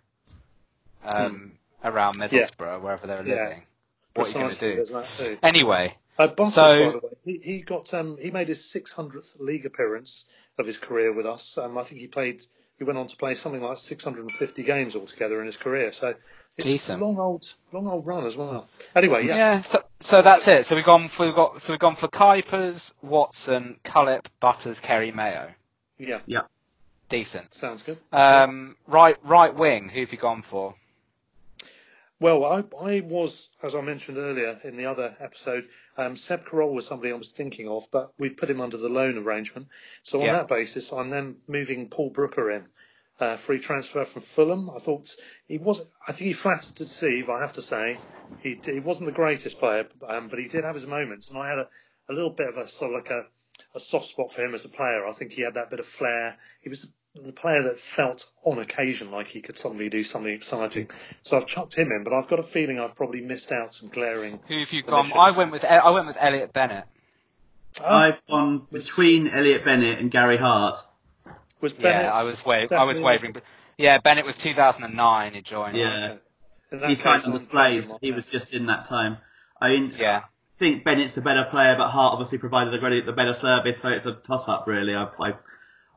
Speaker 5: um, around Middlesbrough, wherever they're
Speaker 3: Hmm. Yeah.
Speaker 5: living. What are you going to
Speaker 3: Precisely,
Speaker 5: do?
Speaker 3: there's that too.
Speaker 5: Anyway,
Speaker 3: Uh, Butters, by
Speaker 5: So-
Speaker 3: the way, he, he got um, he made his 600th league appearance of his career with us. Um, I think he played he went on to play something like 650 games altogether in his career. So it's
Speaker 5: Decent.
Speaker 3: a long old, long old run as well. Anyway, yeah,
Speaker 5: Yeah, so so that's it. So we've gone for we've got so we've gone for Kuipers, Watson, Cullip, Butters, Kerry, Mayo.
Speaker 3: yeah,
Speaker 4: Yeah.
Speaker 5: Decent.
Speaker 3: sounds good.
Speaker 5: Um, right right wing. Who've you gone for?
Speaker 3: Well, I, I was, as I mentioned earlier in the other episode, um, Seb Carroll was somebody I was thinking of, but we put him under the loan arrangement. So on
Speaker 5: Yeah.
Speaker 3: that basis, I'm then moving Paul Brooker in, uh, free transfer from Fulham. I thought he was, I think he flattered to deceive. I have to say, he d- he wasn't the greatest player, um, but he did have his moments, and I had a, a little bit of a sort of like a, a soft spot for him as a player. I think he had that bit of flair. He was the player that felt on occasion like he could suddenly do something exciting. So I've chucked him in, but I've got a feeling I've probably missed out some glaring.
Speaker 5: Who've you gone? I
Speaker 3: positions.
Speaker 5: went with E- I went with Elliot Bennett.
Speaker 4: I've gone between Elliot Bennett and Gary Hart.
Speaker 3: Was Bennett
Speaker 5: Yeah, I was wa- I was
Speaker 3: definitely-
Speaker 5: wavering. but- Yeah, Bennett was 2009. He joined.
Speaker 4: Yeah,
Speaker 3: in that
Speaker 4: he signed
Speaker 3: case,
Speaker 4: on the
Speaker 3: I'm chucking
Speaker 4: Slaves.
Speaker 3: him on
Speaker 4: He
Speaker 3: there.
Speaker 4: was just in that time. I mean,
Speaker 5: Yeah.
Speaker 4: I think Bennett's the better player, but Hart obviously provided a great, the better service, so it's a toss-up really. I, I,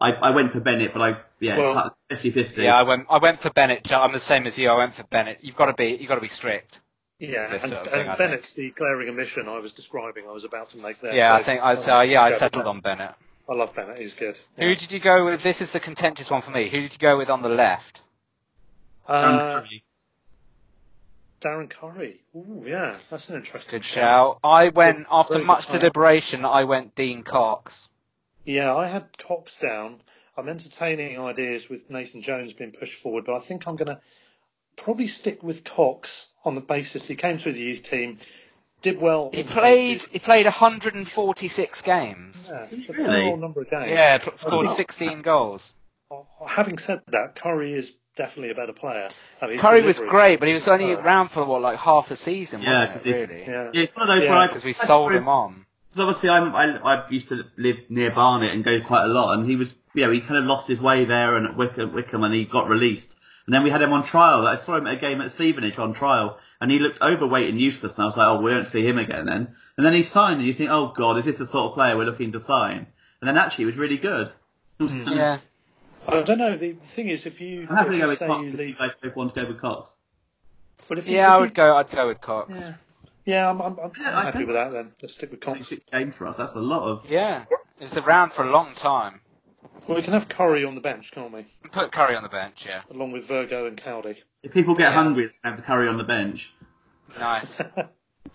Speaker 4: I, I went for Bennett, but I, yeah,
Speaker 3: Well-
Speaker 4: it's like 50-50.
Speaker 5: Yeah, I went. I went for Bennett. ju- I'm the same as you. I went for Bennett. You've got to be. You've got to be strict.
Speaker 3: Yeah,
Speaker 5: this
Speaker 3: and,
Speaker 5: sort of thing, I
Speaker 3: and
Speaker 5: think.
Speaker 3: Bennett's the glaring omission I was describing. I was about to make there.
Speaker 5: Yeah,
Speaker 3: so
Speaker 5: I think. I
Speaker 3: I'll
Speaker 5: so yeah, I
Speaker 3: go with
Speaker 5: settled
Speaker 3: that.
Speaker 5: on Bennett.
Speaker 3: I love Bennett. He's good.
Speaker 5: Who did you go with? This is the contentious one for me. Who did you go with on the left?
Speaker 3: Uh, Darren Curry. Ooh, yeah, that's an interesting
Speaker 5: Good shout. I went after
Speaker 3: very
Speaker 5: much
Speaker 3: good player.
Speaker 5: deliberation. I went Dean Cox.
Speaker 3: Yeah, I had Cox down. I'm entertaining ideas with Nathan Jones being pushed forward, but I think I'm going to probably stick with Cox on the basis he came through the youth team, did well.
Speaker 5: He
Speaker 3: in the
Speaker 5: played.
Speaker 3: bases.
Speaker 5: He played 146 games.
Speaker 3: Yeah, a
Speaker 4: Really?
Speaker 3: fair old number of games.
Speaker 5: Yeah, pl- scored
Speaker 3: Wow.
Speaker 5: 16 goals.
Speaker 3: Having said that, Curry is definitely a better player. I mean, his
Speaker 5: Curry was
Speaker 3: delivery-
Speaker 5: great, but he was only
Speaker 3: superb.
Speaker 5: around for what, like half a season,
Speaker 4: Yeah,
Speaker 5: wasn't
Speaker 4: 'cause
Speaker 5: it?
Speaker 4: he-
Speaker 5: Really.
Speaker 3: Yeah.
Speaker 4: Yeah, it's one of those
Speaker 3: Yeah.
Speaker 4: where I
Speaker 5: Because we sold him on.
Speaker 4: Because obviously I'm, I, I used to live near Barnet and go quite a lot, and he was, you know, he kind of lost his way there and at Wickham, Wickham and he got released. And then we had him on trial. I saw him at a game at Stevenage on trial, and he looked overweight and useless, and I was like, oh, we don't see him again then. And then he signed, and you think, oh god, is this the sort of player we're looking to sign? And then actually he was really good.
Speaker 5: Yeah.
Speaker 3: I don't know. The the thing is, if you,
Speaker 4: I'm happy
Speaker 3: if
Speaker 4: to
Speaker 3: you
Speaker 4: go with
Speaker 3: say
Speaker 4: Cox,
Speaker 3: you
Speaker 4: if you
Speaker 3: leave,
Speaker 4: guys both want to go with Cox.
Speaker 3: but if you,
Speaker 5: Yeah,
Speaker 3: if
Speaker 5: I
Speaker 3: you-
Speaker 5: would go. I'd go with Cox.
Speaker 3: Yeah, yeah I'm, I'm, I'm
Speaker 4: Yeah, I
Speaker 3: happy
Speaker 4: think-
Speaker 3: with that then. Let's stick with Cox.
Speaker 4: 26 games for us, that's a lot of...
Speaker 5: Yeah. It was around for a long time.
Speaker 3: Well, we can have Curry on the bench, can't we?
Speaker 5: Put Curry on the bench. Yeah.
Speaker 3: Along with Virgo and Cowdy.
Speaker 4: If people get hungry, they have to carry on the bench.
Speaker 5: Nice.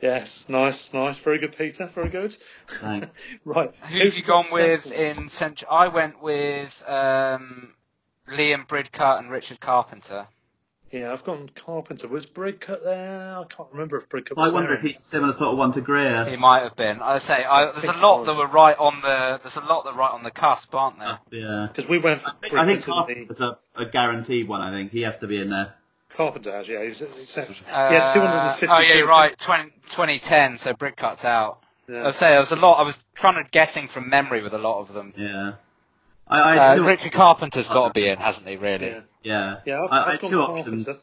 Speaker 3: Yes, nice, nice. Very good, Peter. Very good.
Speaker 4: Thanks.
Speaker 3: Right.
Speaker 5: Who have you gone with
Speaker 3: Central?
Speaker 5: in central? I went with um, Liam Bridcut and Richard Carpenter.
Speaker 3: Yeah, I've gone Carpenter. Was Bridcut there? I can't remember if Bridcut
Speaker 4: I
Speaker 3: was
Speaker 4: wonder
Speaker 3: there.
Speaker 4: if he's a similar sort of one to Greer.
Speaker 5: He might have been. I say I, there's a lot that were right on the there's a lot that were right on the cusp, aren't there?
Speaker 4: Yeah.
Speaker 3: Because we went for
Speaker 4: I think, I think
Speaker 3: Bridcut in the-
Speaker 4: Carpenter's a, a guaranteed one. I think he has to be in there.
Speaker 3: Carpenter has, yeah, he's exceptional.
Speaker 5: Uh,
Speaker 3: yeah, 250.
Speaker 5: Oh yeah, you're right. 20, 2010. So Bridcut's out.
Speaker 3: Yeah.
Speaker 5: I say there was a lot. I was kind of guessing from memory with a lot of them.
Speaker 4: Yeah. I, I
Speaker 5: Uh,
Speaker 4: had two,
Speaker 5: Richard Carpenter's got to be in, hasn't he? Really?
Speaker 3: Yeah,
Speaker 4: yeah.
Speaker 3: yeah I've,
Speaker 4: I, I
Speaker 3: I've
Speaker 4: had
Speaker 3: gone
Speaker 4: two
Speaker 3: Carpenter.
Speaker 4: options.
Speaker 3: Yeah,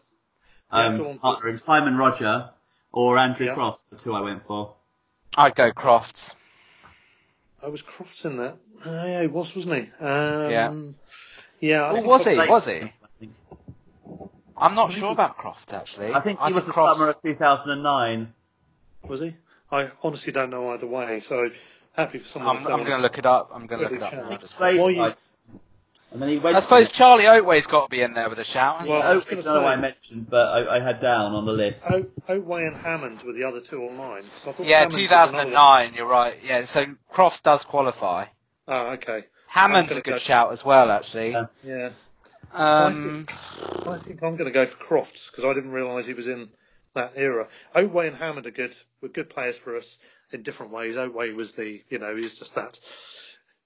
Speaker 3: go on,
Speaker 4: Um, partner him, Simon Roger or Andrew
Speaker 3: Yeah.
Speaker 4: Cross. The two I went for.
Speaker 5: I'd go Crofts.
Speaker 3: I was Crofts in that. Oh, yeah, he was, wasn't he? Um, yeah. Yeah. I
Speaker 5: Well,
Speaker 3: think
Speaker 5: was he?
Speaker 3: Crofts-
Speaker 5: Was he?
Speaker 4: I think,
Speaker 5: I'm not sure about Crofts actually.
Speaker 4: I think he was the
Speaker 5: Crofts-
Speaker 4: summer of 2009.
Speaker 3: Was he? I honestly don't know either way. So happy for someone.
Speaker 5: I'm, I'm going to look it up. I'm going to look it
Speaker 3: Really
Speaker 5: up now.
Speaker 3: challenging.
Speaker 5: Just
Speaker 4: Slaves,
Speaker 3: Well, you-
Speaker 4: I- and then he went.
Speaker 5: I suppose Charlie Oatway's got to be in there with a shout. hasn't
Speaker 3: Well,
Speaker 5: he?
Speaker 3: I was
Speaker 4: Oak
Speaker 3: gonna
Speaker 4: is another one I
Speaker 3: say- Oh,
Speaker 4: mentioned, but I, I had down on the list.
Speaker 3: O- Oatway and Hammond were the other two online. So I thought
Speaker 5: yeah,
Speaker 3: Hammond was another one.
Speaker 5: 2009. You're right. Yeah, so Crofts does qualify.
Speaker 3: Oh, okay.
Speaker 5: Hammond's
Speaker 3: I'm gonna
Speaker 5: a
Speaker 3: go-
Speaker 5: good shout as well, actually.
Speaker 4: Yeah.
Speaker 3: Yeah,
Speaker 5: Um,
Speaker 3: I think I'm going to go for Crofts because I didn't realise he was in that era. Oatway and Hammond are good. Were good players for us in different ways. Oatway was the, you know, he's just that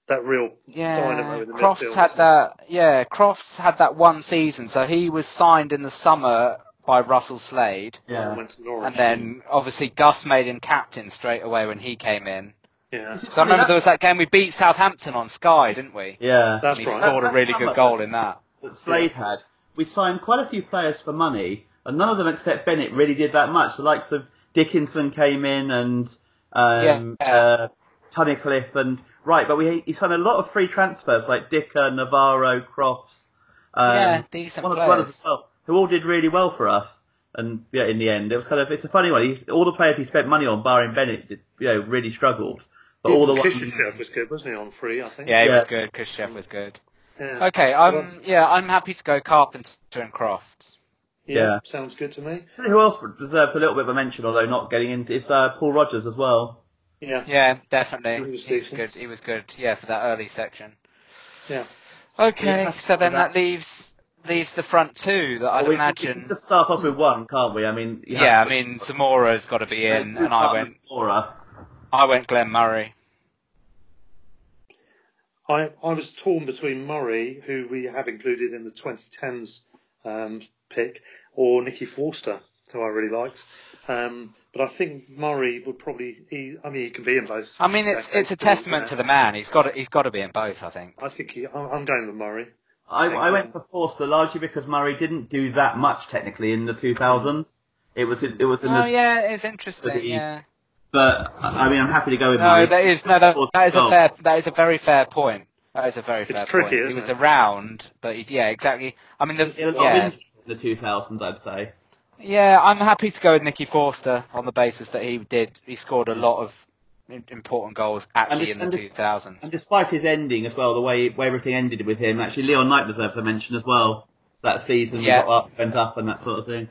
Speaker 3: that real dynamo
Speaker 5: yeah,
Speaker 3: in the midfield.
Speaker 5: Crofts had
Speaker 3: isn't he?
Speaker 5: that. Yeah, Crofts had that one season. So he was signed in the summer by Russell Slade,
Speaker 3: And
Speaker 4: Yeah.
Speaker 3: went to Norwich.
Speaker 5: and then obviously Gus made him captain straight away when he came in.
Speaker 3: yeah,
Speaker 5: So I remember there was that game we beat Southampton on Sky, didn't we?
Speaker 4: Yeah.
Speaker 3: that's
Speaker 5: And he
Speaker 3: right.
Speaker 5: scored a really good goal in that.
Speaker 4: that Slade had, we signed quite a few players for money, and none of them except Bennett really did that much. The likes of Dickinson came in and um,
Speaker 5: Yeah.
Speaker 4: uh, Tunnicliffe and right, but we he signed a lot of free transfers like Dicker, Navarro, Crofts, Um,
Speaker 5: Yeah, decent
Speaker 4: one of the
Speaker 5: players.
Speaker 4: brothers as well, who all did really well for us. And yeah, in the end, it was kind of it's a funny one. He, all the players he spent money on, barring Bennett, did, you know, really struggled. But all the ones,
Speaker 3: Kishichev was good, wasn't he, on free, I think?
Speaker 5: Yeah, he was
Speaker 4: Yeah.
Speaker 5: good. Khrushchev was good.
Speaker 3: Yeah.
Speaker 5: Okay, I'm yeah, I'm happy to go Carpenter and Crofts.
Speaker 4: Yeah.
Speaker 3: Sounds good to me.
Speaker 4: who else deserves a little bit of a mention, although not getting into, is uh, Paul Rogers as well.
Speaker 3: Yeah.
Speaker 5: Yeah, definitely.
Speaker 3: He was
Speaker 5: He was
Speaker 3: decent.
Speaker 5: good. He was good. Yeah, for that early section.
Speaker 3: Yeah.
Speaker 5: Okay,
Speaker 4: Yeah.
Speaker 5: so then that leaves leaves the front two that I'd
Speaker 4: Well, we- We
Speaker 5: imagine.
Speaker 4: can just start off with one, can't we? I mean, you
Speaker 5: yeah,
Speaker 4: have-
Speaker 5: I mean Zamora's got to be
Speaker 4: Yeah,
Speaker 5: in,
Speaker 4: who
Speaker 5: and I
Speaker 4: started
Speaker 5: went
Speaker 4: with Laura?
Speaker 5: I went Glenn Murray.
Speaker 3: I, I was torn between Murray, who we have included in the 2010s um, pick, or Nikki Forster, who I really liked. Um, but I think Murray would probably. He, I mean, he can be in both.
Speaker 5: I mean, it's
Speaker 3: decades,
Speaker 5: it's a
Speaker 3: but, yeah,
Speaker 5: testament to the man. He's got to, he's got to be in both. I think.
Speaker 3: I think he, I'm, I'm going with Murray.
Speaker 4: I, I
Speaker 3: you.
Speaker 4: went for Forster largely because Murray didn't do that much technically in the 2000s. It was in, it was in
Speaker 5: Oh
Speaker 4: the
Speaker 5: yeah, it's interesting.
Speaker 4: Pretty-
Speaker 5: Yeah.
Speaker 4: but I I mean I'm happy to go with
Speaker 5: No,
Speaker 4: Murray.
Speaker 5: that is no that, that is a
Speaker 4: Oh.
Speaker 5: fair that is a very fair point. That is a very fair
Speaker 3: tricky,
Speaker 5: point. he
Speaker 3: isn't
Speaker 5: was
Speaker 3: it?
Speaker 5: around, but he, yeah, exactly. I mean, the,
Speaker 4: There were a lot of
Speaker 5: yeah,
Speaker 4: injuries in the 2000s, I'd say.
Speaker 5: yeah, I'm happy to go with Nicky Forster on the basis that he did he scored a lot of im- important goals actually
Speaker 4: just-
Speaker 5: in the
Speaker 4: and just-
Speaker 5: 2000s.
Speaker 4: And despite his ending as well, the way way everything ended with him, actually Leon Knight deserves a mention as well. That season we
Speaker 5: Yeah.
Speaker 4: got up, went up, and that sort of thing.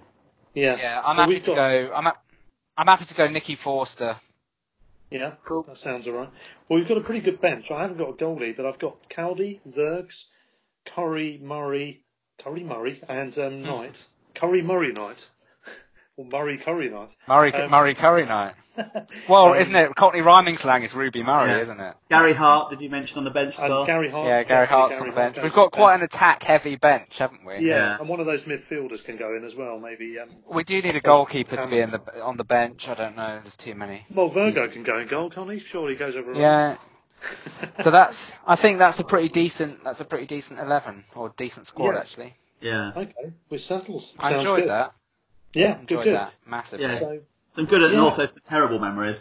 Speaker 3: Yeah.
Speaker 5: yeah, I'm
Speaker 3: But
Speaker 5: happy
Speaker 3: we've
Speaker 5: to
Speaker 3: got-
Speaker 5: go. I'm ha- I'm happy to go Nicky Forster.
Speaker 3: Yeah,
Speaker 4: Cool.
Speaker 3: That sounds all right. Well, we've got a pretty good bench. I haven't got a goalie, but I've got Cowdy, Zergs, Curry, Murray, Curry, Murray, and
Speaker 5: Hmm.
Speaker 3: um, Knight. Curry, Murray, Knight. or Murray, Curry, Knight.
Speaker 5: Murray Murray Curry night. Well, isn't it? Cockney rhyming slang is Ruby Murray,
Speaker 4: Yeah.
Speaker 5: isn't it?
Speaker 4: Gary Hart, did you mention on the bench? as
Speaker 3: And
Speaker 4: well?
Speaker 3: Uh, Gary Hart.
Speaker 5: Yeah, Gary Hart's on the bench. We've got quite an attack-heavy bench, haven't we?
Speaker 3: Yeah.
Speaker 4: Yeah.
Speaker 3: and one of those midfielders can go in as well, maybe. Um,
Speaker 5: We do need a goalkeeper to be in the on the bench. I don't know. There's too many.
Speaker 3: well, Virgo can go in goal, can't he? Surely he goes over.
Speaker 5: Yeah. So that's. I think that's a pretty decent. That's a pretty decent eleven or decent squad
Speaker 3: Yeah.
Speaker 5: actually.
Speaker 4: Yeah.
Speaker 3: Okay, we're settled. Sounds
Speaker 5: I enjoyed
Speaker 3: good.
Speaker 5: that.
Speaker 3: Yeah,
Speaker 5: Enjoyed
Speaker 3: good, good.
Speaker 5: that massively.
Speaker 4: Yeah.
Speaker 5: Yeah.
Speaker 3: So,
Speaker 4: Some good
Speaker 3: Yeah.
Speaker 4: and also some terrible memories.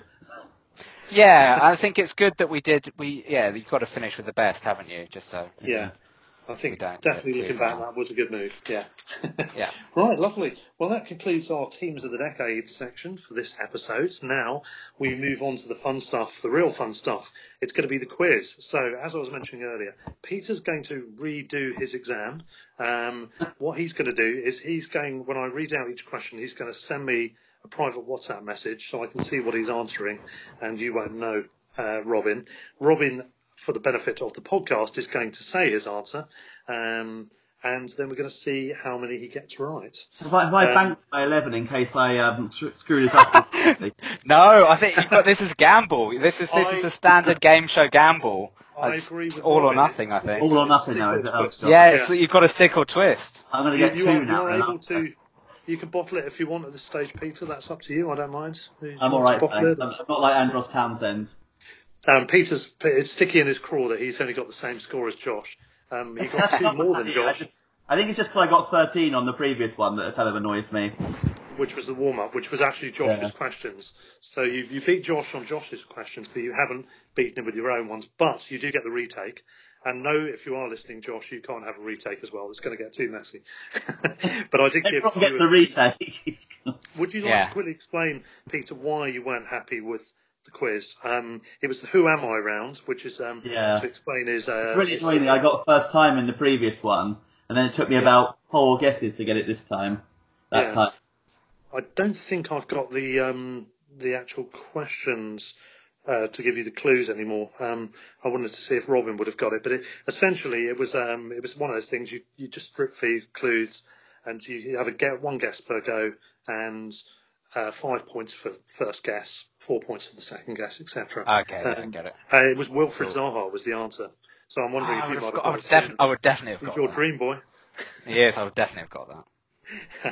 Speaker 5: I think it's good that we did. We yeah, you've got to finish with the best, haven't you? Just so.
Speaker 3: yeah. I
Speaker 5: We
Speaker 3: think
Speaker 5: don't
Speaker 3: definitely
Speaker 5: get
Speaker 3: looking
Speaker 5: too
Speaker 3: back,
Speaker 5: far.
Speaker 3: that was a good move. Yeah.
Speaker 5: Yeah.
Speaker 3: Right, lovely. Well, that concludes our Teams of the Decade section for this episode. Now we move on to the fun stuff, the real fun stuff. It's going to be the quiz. So, as I was mentioning earlier, Peter's going to redo his exam. Um, what he's going to do is he's going, when I read out each question, he's going to send me a private WhatsApp message so I can see what he's answering, and you won't know, uh, Robin. Robin, for the benefit of the podcast, is going to say his answer. Um, and then we're going to see how many he gets right.
Speaker 4: Have I, have I
Speaker 3: Uh,
Speaker 4: banked by 11 in case I um, s- screw this up?
Speaker 5: No, I think you've got, this is a gamble. This is this
Speaker 3: I-
Speaker 5: is a standard game show gamble.
Speaker 3: I
Speaker 5: It's-
Speaker 3: agree
Speaker 5: it's
Speaker 3: with
Speaker 5: all or
Speaker 3: Robin.
Speaker 5: nothing, I think.
Speaker 4: All or nothing now, is it? Oh, God.
Speaker 5: yeah, it's,
Speaker 3: Yeah.
Speaker 5: you've got to stick or twist.
Speaker 4: I'm going to
Speaker 3: You,
Speaker 4: get
Speaker 3: you
Speaker 4: two
Speaker 3: are,
Speaker 4: now.
Speaker 3: you're
Speaker 4: and
Speaker 3: able
Speaker 4: I'll-
Speaker 3: to. You can bottle it if you want at this stage, Peter. That's up to you. I don't mind. You
Speaker 4: I'm
Speaker 3: want
Speaker 4: alright,
Speaker 3: to bottle
Speaker 4: thanks.
Speaker 3: it?
Speaker 4: I'm I'm not like Andros Townsend.
Speaker 3: Um, Peter's it's sticky in his craw that he's only got the same score as Josh. Um, he got two more than
Speaker 4: I,
Speaker 3: Josh,
Speaker 4: just- I think it's just because I got 13 on the previous one that kind of annoys me.
Speaker 3: which was the warm up, which was actually Josh's
Speaker 4: Yeah.
Speaker 3: questions. So you, you beat Josh on Josh's questions, but you haven't beaten him with your own ones. But you do get the retake. And no, if you are listening, Josh, you can't have a retake as well. It's going to get too messy. but I did give
Speaker 4: Everyone
Speaker 3: you
Speaker 4: gets a retake.
Speaker 3: Would you like
Speaker 5: Yeah.
Speaker 3: to quickly explain, Peter, why you weren't happy with the quiz? Um, it was the Who Am I round, which is um,
Speaker 4: Yeah.
Speaker 3: to explain is uh,
Speaker 4: it's really annoying. I got first time in the previous one, and then it took me about four guesses to get it this time. That
Speaker 3: Yeah.
Speaker 4: time.
Speaker 3: I don't think I've got the um, the actual questions uh, to give you the clues anymore. Um, I wanted to see if Robin would have got it, but it, essentially it was um, it was one of those things you you just strip for your clues, and you have a get one guess per go, and uh, five points for first guess, four points for the second guess, etc.
Speaker 5: Okay, yeah, I get it.
Speaker 3: Uh, it was Wilfred Zaha was the answer, so I'm wondering
Speaker 5: Ah, I
Speaker 3: if you might have
Speaker 5: would, have got,
Speaker 3: got
Speaker 5: I, would
Speaker 3: it.
Speaker 5: defi- I would definitely have
Speaker 3: He's
Speaker 5: got
Speaker 3: your
Speaker 5: that.
Speaker 3: dream boy.
Speaker 5: Yes, I would definitely have got that.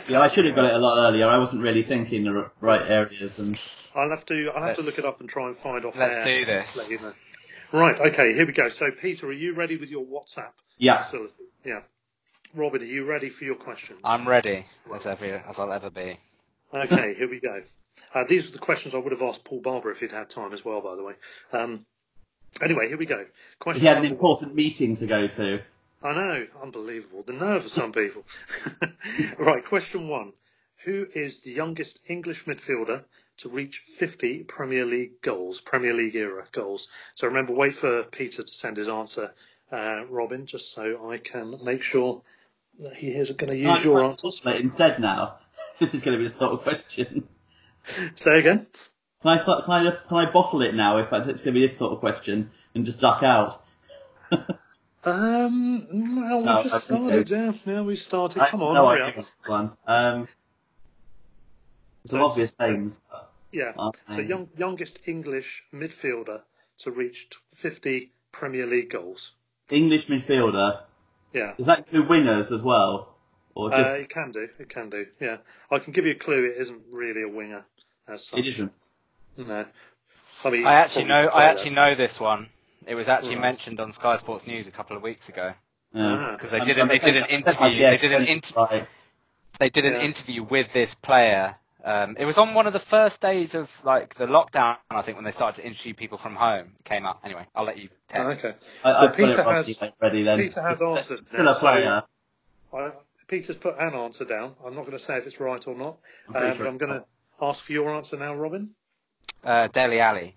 Speaker 4: Yeah, I should have got it a lot earlier. I wasn't really thinking the r- right areas, and
Speaker 3: I'll have to I'll have to
Speaker 5: Let's-
Speaker 3: look it up and try and find off.
Speaker 5: let's
Speaker 3: air
Speaker 5: do
Speaker 3: and
Speaker 5: this.
Speaker 3: let you know. Right, okay, here we go. So Peter, are you ready with your WhatsApp
Speaker 4: yeah,
Speaker 3: facility? Yeah. Robin, are you ready for your questions?
Speaker 5: I'm ready as ever as I'll ever be.
Speaker 3: Okay, here we go. Uh, these are the questions I would have asked Paul Barber if he'd had time as well, by the way. Um, anyway, here we go.
Speaker 4: he
Speaker 3: Question
Speaker 4: had an
Speaker 3: number one.
Speaker 4: important meeting to go to.
Speaker 3: I know, unbelievable. The nerve of some people. right, question one. Who is the youngest English midfielder to reach 50 Premier League goals, Premier League era goals? So remember, wait for Peter to send his answer, uh, Robin, just so I can make sure that he is going to use
Speaker 4: I'm
Speaker 3: your
Speaker 4: trying to
Speaker 3: answers.
Speaker 4: postulate instead now. This is going to be the sort of question.
Speaker 3: Say again.
Speaker 4: Can I start, can I can I bottle it now? If I- it's going to be this sort of question and just duck out.
Speaker 3: Um, well, we
Speaker 4: No,
Speaker 3: have just
Speaker 4: that's okay.
Speaker 3: started, yeah. Yeah, we started.
Speaker 4: I
Speaker 3: Come on,
Speaker 4: no
Speaker 3: hurry
Speaker 4: idea
Speaker 3: up.
Speaker 4: on this one. Um, some
Speaker 3: So-
Speaker 4: obvious things. but
Speaker 3: Yeah.
Speaker 4: aren't
Speaker 3: So
Speaker 4: they?
Speaker 3: young, youngest English midfielder to reach t- 50 Premier League goals.
Speaker 4: English midfielder.
Speaker 3: Yeah.
Speaker 4: Does that include wingers as well, or just
Speaker 3: Uh, it can do. It can do. Yeah. I can give you a clue. It isn't really a winger as such.
Speaker 4: it isn't?
Speaker 3: No. I mean,
Speaker 5: I actually
Speaker 3: probably
Speaker 5: know. I
Speaker 3: player.
Speaker 5: actually know this one. It was actually
Speaker 3: Right.
Speaker 5: mentioned on Sky Sports News a couple of weeks ago
Speaker 4: No.
Speaker 3: Ah.
Speaker 5: because they
Speaker 4: I'm-
Speaker 5: did.
Speaker 4: I'm
Speaker 5: An, they did an
Speaker 4: okay. I've
Speaker 5: interview. They
Speaker 4: guessed,
Speaker 5: did an
Speaker 4: but
Speaker 5: interview.
Speaker 4: it's right.
Speaker 5: they did an
Speaker 3: Yeah.
Speaker 5: interview with this player. Um, it was on one of the first days of like the lockdown, I think, when they started to interview people from home. It Came up anyway. I'll let you
Speaker 3: Oh,
Speaker 5: text.
Speaker 3: okay.
Speaker 4: I,
Speaker 3: Well,
Speaker 4: I've got
Speaker 3: Peter
Speaker 4: it roughly
Speaker 3: has-
Speaker 4: ready then.
Speaker 3: Peter has answered
Speaker 4: Still
Speaker 3: now,
Speaker 4: a player.
Speaker 3: I, Peter's put an answer down. I'm not going to say if it's right or not.
Speaker 4: I'm pretty
Speaker 3: Um,
Speaker 4: sure
Speaker 3: but I'm going to ask for your answer now, Robin.
Speaker 5: Uh, Deli Alley.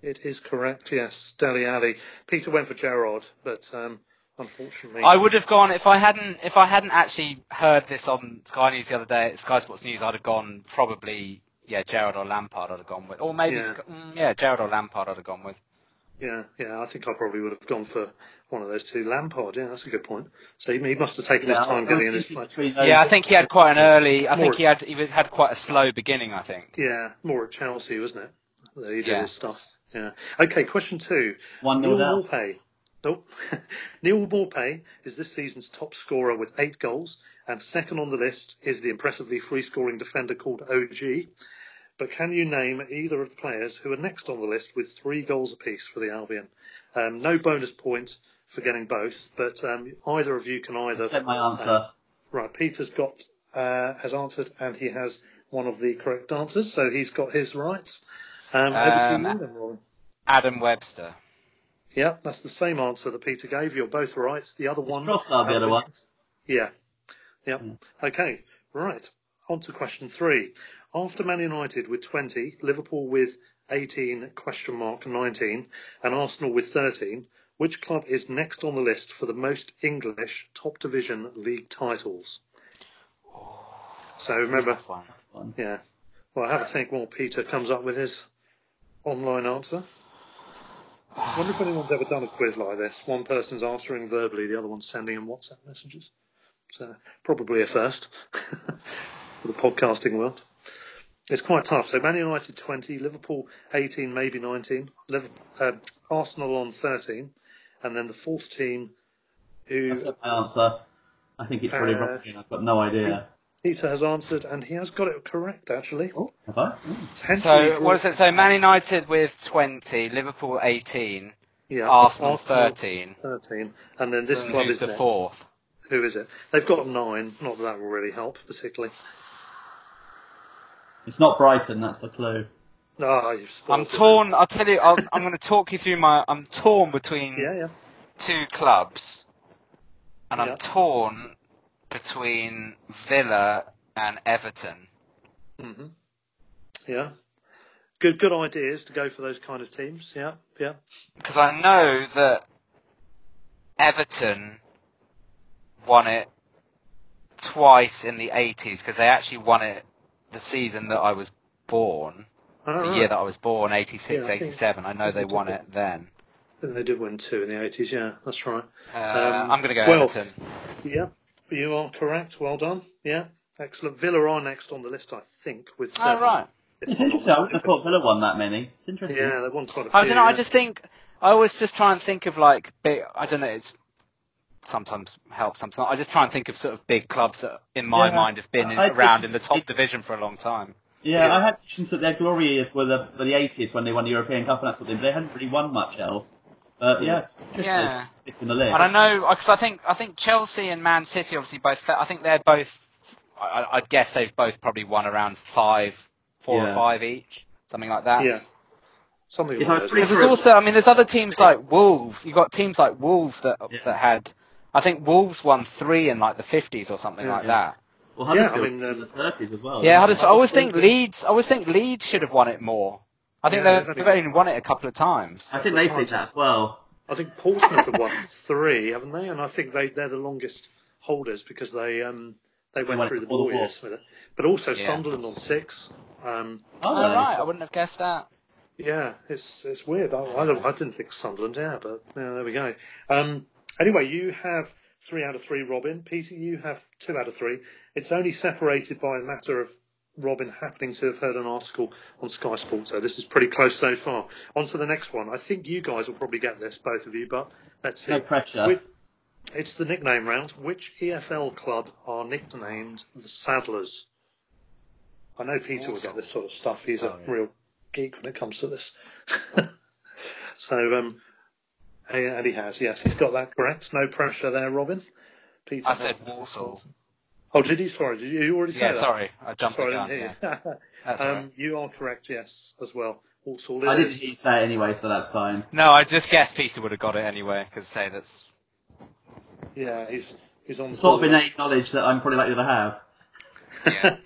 Speaker 3: It is correct, yes. Deli Alley. Peter went for Gerard, but um, unfortunately.
Speaker 5: I would have gone if I hadn't if I hadn't actually heard this on Sky News the other day, Sky Sports News. I'd have gone probably yeah, Gerald or Lampard. I'd have gone with, or maybe
Speaker 3: Yeah.
Speaker 5: yeah, mm, yeah Gerald or Lampard. I'd have gone with.
Speaker 3: Yeah, yeah, I think I probably would have gone for one of those two. Lampard, yeah, that's a good point. So he, he must have taken his
Speaker 4: Yeah,
Speaker 3: time
Speaker 4: I was
Speaker 3: getting in his
Speaker 4: thinking
Speaker 3: flight.
Speaker 4: between those-
Speaker 5: Yeah, I think he had quite an early. I think
Speaker 3: More-
Speaker 5: he had he had quite a slow beginning. I think.
Speaker 3: Yeah, more at Chelsea, wasn't it? That He did
Speaker 5: Yeah.
Speaker 3: his stuff. Yeah. Okay, question two.
Speaker 4: One
Speaker 3: Neil
Speaker 4: nil down.
Speaker 3: Morpay. Nope. Neil Morpay is this season's top scorer with eight goals, and second on the list is the impressively free scoring defender called OG. But can you name either of the players who are next on the list with three goals apiece for the Albion? Um, no bonus points for getting both, but um, either of you can either.
Speaker 4: Set my
Speaker 3: Uh,
Speaker 4: answer.
Speaker 3: right, Peter's got uh, has answered, and he has one of the correct answers, so he's got his right. Um, over
Speaker 5: Um,
Speaker 3: to you then, Robin.
Speaker 5: Adam Webster.
Speaker 3: Yeah, that's the same answer that Peter gave. You're both right. The other one.
Speaker 4: Trossard, the other one.
Speaker 3: Yeah. Yeah. Okay. Right. On to question three. After Man United with 20, Liverpool with 18, question mark 19, and Arsenal with 13, which club is next on the list for the most English top division league titles? So remember,
Speaker 5: Tough one.
Speaker 3: yeah. Well, have a think while Peter comes up with his online answer. I wonder if anyone's ever done a quiz like this. One person's answering verbally, the other one's sending in WhatsApp messages. So probably a first for the podcasting world. It's quite tough. So Man United 20, Liverpool 18, maybe 19, Liverpool, uh, Arsenal on 13, and then the fourth team
Speaker 4: I
Speaker 3: who
Speaker 4: set my answer. I think it's probably
Speaker 3: Uh,
Speaker 4: wrong again. I've got no idea.
Speaker 3: Peter has answered, and he has got it correct actually.
Speaker 4: Have I? Mm.
Speaker 3: Hence he
Speaker 5: So
Speaker 3: draws-
Speaker 5: what is it? So Man United with twenty, Liverpool eighteen,
Speaker 3: Yeah,
Speaker 5: Arsenal thirteen.
Speaker 3: 13, and then this
Speaker 5: So
Speaker 3: club
Speaker 5: who's
Speaker 3: is
Speaker 5: the
Speaker 3: next.
Speaker 5: fourth?
Speaker 3: Who is it? They've got nine. Not that that will really help particularly.
Speaker 4: It's not Brighton. That's the clue.
Speaker 3: Ah, you've spoiled
Speaker 5: I'm
Speaker 3: it.
Speaker 5: torn. I'll tell you. I'll, I'm going to talk you through my. I'm torn between
Speaker 3: Yeah, yeah.
Speaker 5: two clubs, and
Speaker 3: Yeah.
Speaker 5: I'm torn between Villa and Everton.
Speaker 3: hmm Yeah. Good, good ideas to go for those kind of teams. Yeah, yeah.
Speaker 5: because I know that Everton won it twice in the 80s because they actually won it the season that I was born,
Speaker 3: All
Speaker 5: the
Speaker 3: Oh, right.
Speaker 5: year that I was born, 86,
Speaker 3: Yeah, I think-
Speaker 5: 87. I know they won it then.
Speaker 3: I think they did win two in the 80s. Yeah, that's right.
Speaker 5: Uh,
Speaker 3: Um,
Speaker 5: I'm going to go
Speaker 3: well-
Speaker 5: Everton. Oh,
Speaker 3: Yeah, you are correct. Well done. Yeah, excellent. Villa are next on the list, I think, with
Speaker 5: All Oh, right.
Speaker 3: seven. if
Speaker 4: It's
Speaker 3: I'm not
Speaker 4: interesting. I wouldn't have
Speaker 3: mistaken.
Speaker 4: thought Villa won that many. It's interesting.
Speaker 3: Yeah, they won quite a few.
Speaker 5: I don't know. Oh, I
Speaker 3: yeah.
Speaker 5: just think I always just try and think of like big. I don't know. It's sometimes helps. Sometimes I just try and think of sort of big clubs that, in my
Speaker 4: Yeah.
Speaker 5: mind, have been in,
Speaker 4: I- I
Speaker 5: around
Speaker 4: just-
Speaker 5: in the top
Speaker 4: it-
Speaker 5: division for a long time.
Speaker 4: Yeah,
Speaker 3: Yeah.
Speaker 4: I had mentions that their glory years were the, were the 80s when they won the European Cup and that sort of thing. but They hadn't really won much else. But yeah, it's
Speaker 5: Yeah.
Speaker 4: stick in the list.
Speaker 5: And I know because I think I think Chelsea and Man City obviously both. I think they're both. I, I- I'd guess they've both probably won around five, four
Speaker 4: Yeah.
Speaker 5: or five each, something like that.
Speaker 3: Yeah. Something
Speaker 4: If
Speaker 3: like
Speaker 4: I
Speaker 3: those.
Speaker 4: pre-
Speaker 5: Because there's also, I mean, there's other teams like Wolves. You have got teams like Wolves that
Speaker 4: Yeah.
Speaker 5: that had I think Wolves won three in like the 50s or something
Speaker 4: Yeah,
Speaker 5: like
Speaker 4: yeah.
Speaker 5: that.
Speaker 4: Well,
Speaker 3: Yeah, I
Speaker 4: Huddersfield
Speaker 3: mean,
Speaker 4: in the
Speaker 3: um,
Speaker 4: thirties as well.
Speaker 5: Yeah, I,
Speaker 4: didn't
Speaker 5: just,
Speaker 4: they?
Speaker 5: I always think Leeds. I always think Leeds should have won it more. I think
Speaker 3: Yeah,
Speaker 5: they've,
Speaker 3: they've
Speaker 5: they've
Speaker 3: only-
Speaker 5: only won it a couple of times.
Speaker 4: I think they think that as well.
Speaker 3: I think Portsmouth have won three, haven't they? And I think they they're the longest holders because they um they went
Speaker 4: won
Speaker 3: through the
Speaker 4: all the war.
Speaker 3: Warriors with it. But also
Speaker 5: Yeah.
Speaker 3: Sunderland on six. Um,
Speaker 4: Oh,
Speaker 5: All right, I wouldn't have guessed that.
Speaker 3: yeah, it's it's weird. I, I, don't, I didn't think Sunderland. Yeah, but yeah, there we go. Um, anyway, you have three out of three, Robin. Peter, you have two out of three. It's only separated by a matter of Robin happening to have heard an article on Sky Sports. So this is pretty close so far. On to the next one. I think you guys will probably get this, both of you. But let's see.
Speaker 4: No pressure.
Speaker 3: Which- it's the nickname round. Which EFL club are nicknamed the Saddlers? I know Peter will get this sort of stuff. He's
Speaker 4: Oh,
Speaker 3: a real geek when it comes to this. so, um, yeah, and he has. Yes, he's got that correct. No pressure there, Robin. Peter.
Speaker 5: I
Speaker 3: has-
Speaker 5: said Walsall.
Speaker 3: Oh, did he? Sorry, did you, you already say
Speaker 5: Yeah,
Speaker 3: that?
Speaker 5: sorry, I jumped
Speaker 3: Sorry,
Speaker 5: the
Speaker 3: I
Speaker 5: gun.
Speaker 3: didn't
Speaker 5: Yeah.
Speaker 3: hear you.
Speaker 5: That's all
Speaker 3: um,
Speaker 5: right.
Speaker 3: you are correct. Yes, as well. Walsall.
Speaker 4: I
Speaker 3: it
Speaker 4: didn't
Speaker 3: is.
Speaker 4: hear you say it anyway, so that's fine.
Speaker 5: No, I just guessed Peter would have got it anyway because say that's
Speaker 3: Yeah, he's he's on the
Speaker 4: Sort of
Speaker 3: ball.
Speaker 4: innate knowledge that I'm probably likely to have.
Speaker 5: yeah.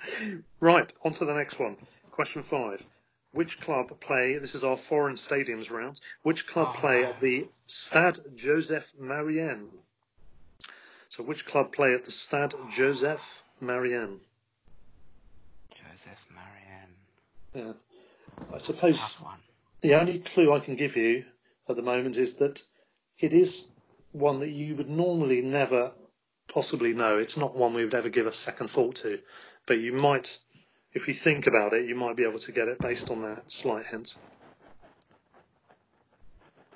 Speaker 3: Right, on to the next one. Question five. Which club play, this is our foreign stadiums round, which club play at the Stade Joseph Marien? So which club play at the Stade Joseph Marien?
Speaker 5: Joseph Marianne.
Speaker 3: Yeah. I suppose
Speaker 5: Tough one.
Speaker 3: the only clue I can give you at the moment is that it is one that you would normally never possibly know. It's not one we would ever give a second thought to, but you might, if you think about it, you might be able to get it based on that slight hint.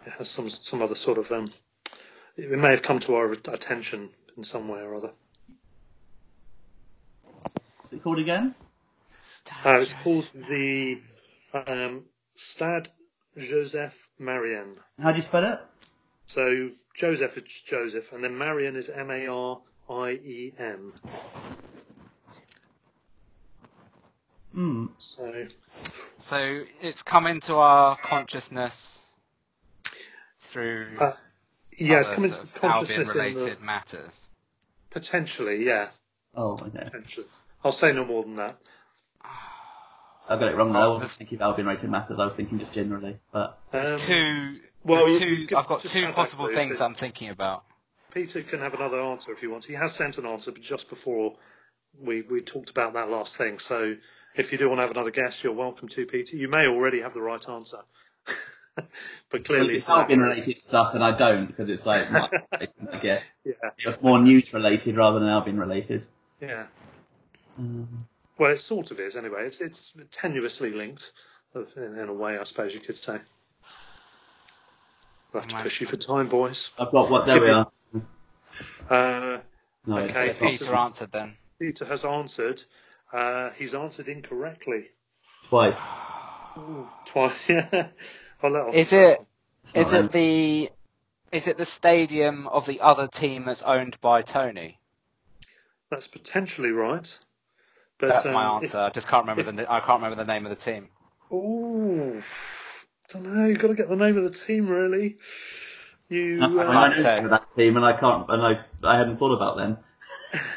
Speaker 3: It has some some other sort of um, it may have come to our attention in some way or other.
Speaker 4: What's it called again?
Speaker 3: Uh, it's called the um, Stade Joseph Marien.
Speaker 4: How do you spell it?
Speaker 3: So Joseph is Joseph, and then Marion is M A R I E M.
Speaker 4: Hmm.
Speaker 3: So
Speaker 5: So it's come into our consciousness through
Speaker 3: Uh, yeah, it's
Speaker 5: other
Speaker 3: coming
Speaker 5: sort
Speaker 3: to
Speaker 5: of
Speaker 3: consciousness in
Speaker 5: Oh, Albion-related
Speaker 3: the,
Speaker 5: matters.
Speaker 3: potentially, yeah,
Speaker 4: Oh, okay.
Speaker 3: potentially. I'll say no more than that.
Speaker 4: I got it wrong. there. I
Speaker 5: Oh,
Speaker 4: wasn't
Speaker 5: this-
Speaker 4: thinking about Albion rated matters. I was thinking just generally, but
Speaker 3: Um,
Speaker 5: Two.
Speaker 3: well,
Speaker 5: there's
Speaker 3: you- you
Speaker 5: two.
Speaker 3: could
Speaker 5: I've got
Speaker 3: just
Speaker 5: two
Speaker 3: add that
Speaker 5: possible
Speaker 3: clue,
Speaker 5: things
Speaker 3: so-
Speaker 5: I'm thinking about.
Speaker 3: Peter can have another answer if he wants. He has sent an answer, but just before we we talked about that last thing. So if you do want to have another guess, you're welcome to, Peter. You may already have the right answer, but
Speaker 4: if
Speaker 3: clearly
Speaker 4: it's Albion related stuff, then I don't because it's like my, I guess
Speaker 3: Yeah.
Speaker 4: it was more news related rather than Albion related.
Speaker 3: Yeah.
Speaker 5: Um,
Speaker 3: Well, it sort of is anyway. It's it's tenuously linked, uh, in, in a way, I suppose you could say. We'll have to
Speaker 5: Right.
Speaker 3: push you for time, boys.
Speaker 4: I've got what there we are.
Speaker 3: Uh,
Speaker 4: No,
Speaker 3: Okay,
Speaker 4: it's, it's
Speaker 5: Peter answered then.
Speaker 3: Peter has answered. Uh, he's answered incorrectly
Speaker 4: twice.
Speaker 3: twice. Yeah. I'll let off.
Speaker 5: Is it? Is
Speaker 4: not
Speaker 5: it the? Is it the stadium of the other team that's owned by Tony?
Speaker 3: That's potentially right. But,
Speaker 5: That's my
Speaker 3: um,
Speaker 5: answer. I just can't remember the. I can't remember the name of the team.
Speaker 3: Ooh. Don't know. You've got to get the name of the team, really. You.
Speaker 4: I, mean,
Speaker 3: uh,
Speaker 4: I know
Speaker 5: say.
Speaker 4: about that team, and I can't. And I I hadn't thought about them.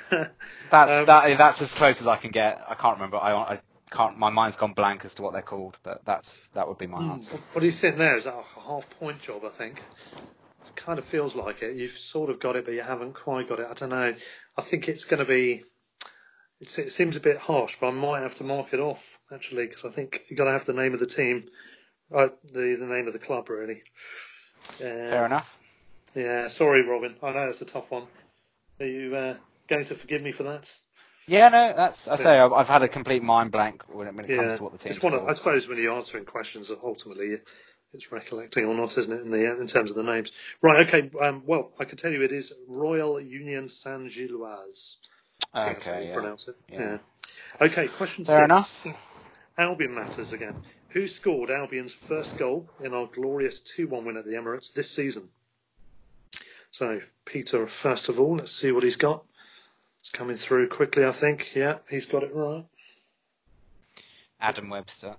Speaker 5: That's
Speaker 3: Um,
Speaker 5: that. That's as close as I can get. I can't remember. I, I can't. My mind's gone blank as to what they're called. But that's that would be my
Speaker 3: Hmm.
Speaker 5: answer.
Speaker 3: What do you think there? Is that a half point job, I think? It kind of feels like it. You've sort of got it, but you haven't quite got it. I don't know. I think it's going to be. It's, it seems a bit harsh, but I might have to mark it off, actually, because I think you've got to have the name of the team, uh, the, the name of the club, really.
Speaker 5: Fair
Speaker 3: Uh,
Speaker 5: enough.
Speaker 3: yeah, sorry, Robin. I know it's a tough one. Are you uh, going to forgive me for that?
Speaker 5: Yeah, no, that's. I say I've, I've had a complete mind blank when it, when it comes to what the team's
Speaker 3: it's one of, I
Speaker 5: called.
Speaker 3: suppose when you're answering questions, ultimately it's recollecting or not, isn't it? In the uh, in terms of the names, right? Okay. Um, well, I can tell you it is Royal Union Saint Gilloise. I think that's how
Speaker 5: Okay,
Speaker 3: you
Speaker 5: yeah.
Speaker 3: pronounce it.
Speaker 5: Yeah.
Speaker 3: Yeah. Okay. Question
Speaker 5: Fair
Speaker 3: six. Enough. Albion matters again. Who scored Albion's first goal in our glorious 2-1 win at the Emirates this season? So Peter, first of all, let's see what he's got. It's coming through quickly, I think. Yeah, he's got it right.
Speaker 5: Adam Webster.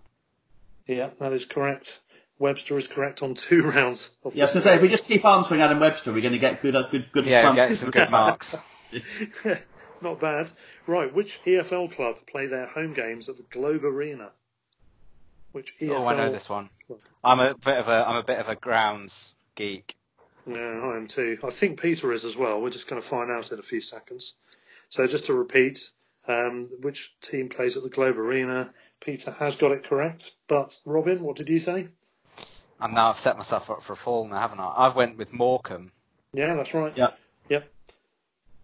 Speaker 3: Yeah, that is correct. Webster is correct on two rounds of
Speaker 4: Yeah, I was
Speaker 3: this
Speaker 4: going to say, if we
Speaker 3: quiz.
Speaker 4: just keep answering Adam Webster, we're going to get good, uh, good, good.
Speaker 5: Yeah,
Speaker 4: trumps.
Speaker 5: get some good marks.
Speaker 3: Not bad. Right, which EFL club play their home games at the Globe Arena? Which E EFL?
Speaker 5: Oh, I know this one. I'm a bit of a I'm a bit of a grounds geek.
Speaker 3: Yeah, I am too. I think Peter is as well. We're just going to find out in a few seconds. So just to repeat, um, which team plays at the Globe Arena? Peter has got it correct, but Robin, what did you say?
Speaker 5: And now I've set myself up for a fall now, haven't I? I've went with Morecambe.
Speaker 3: Yeah, that's right.
Speaker 4: Yeah.
Speaker 3: Yep.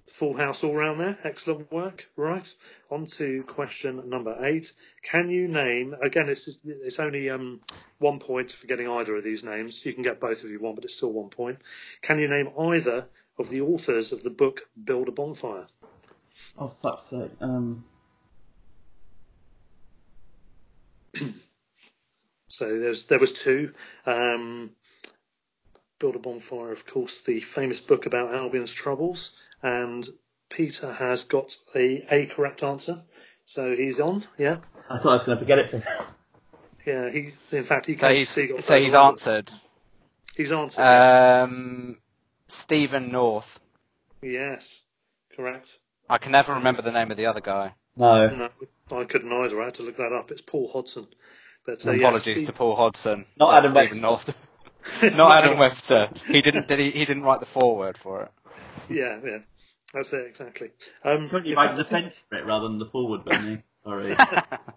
Speaker 3: Full house all round there. Excellent work. Right. On to question number eight. Can you name again? It's just- it's only um, one point for getting either of these names. You can get both if you want, but it's still one point. Can you name either of the authors of the book Build a Bonfire?
Speaker 4: Oh, fuck's sake. Um,
Speaker 3: So there's there was two. Um, Build a Bonfire, of course, the famous book about Albion's troubles, and Peter has got a, a correct answer. So he's on, yeah,
Speaker 4: I thought I was going to forget it.
Speaker 3: yeah. He, in fact, he
Speaker 5: So
Speaker 3: can
Speaker 5: he's
Speaker 3: see. got
Speaker 5: so he's
Speaker 3: further
Speaker 5: Uh,
Speaker 3: on.
Speaker 5: answered.
Speaker 3: He's answered.
Speaker 5: Um, Stephen North.
Speaker 3: yes, correct.
Speaker 5: I can never remember the name of the other guy.
Speaker 4: No,
Speaker 3: No, I couldn't either. I had to look that up. It's Paul Hodson. But uh, yes,
Speaker 5: Apologies
Speaker 3: Steve-
Speaker 5: to Paul Hodson.
Speaker 4: Not
Speaker 5: That's
Speaker 4: Adam
Speaker 5: Stephen
Speaker 4: Webster.
Speaker 5: North. Not Adam Webster. He didn't did he, he didn't write the foreword for it.
Speaker 3: Yeah, yeah. That's it exactly. Um,
Speaker 4: couldn't you
Speaker 3: in
Speaker 4: write
Speaker 3: fact,
Speaker 4: the fence for it rather than the forward button? Sorry.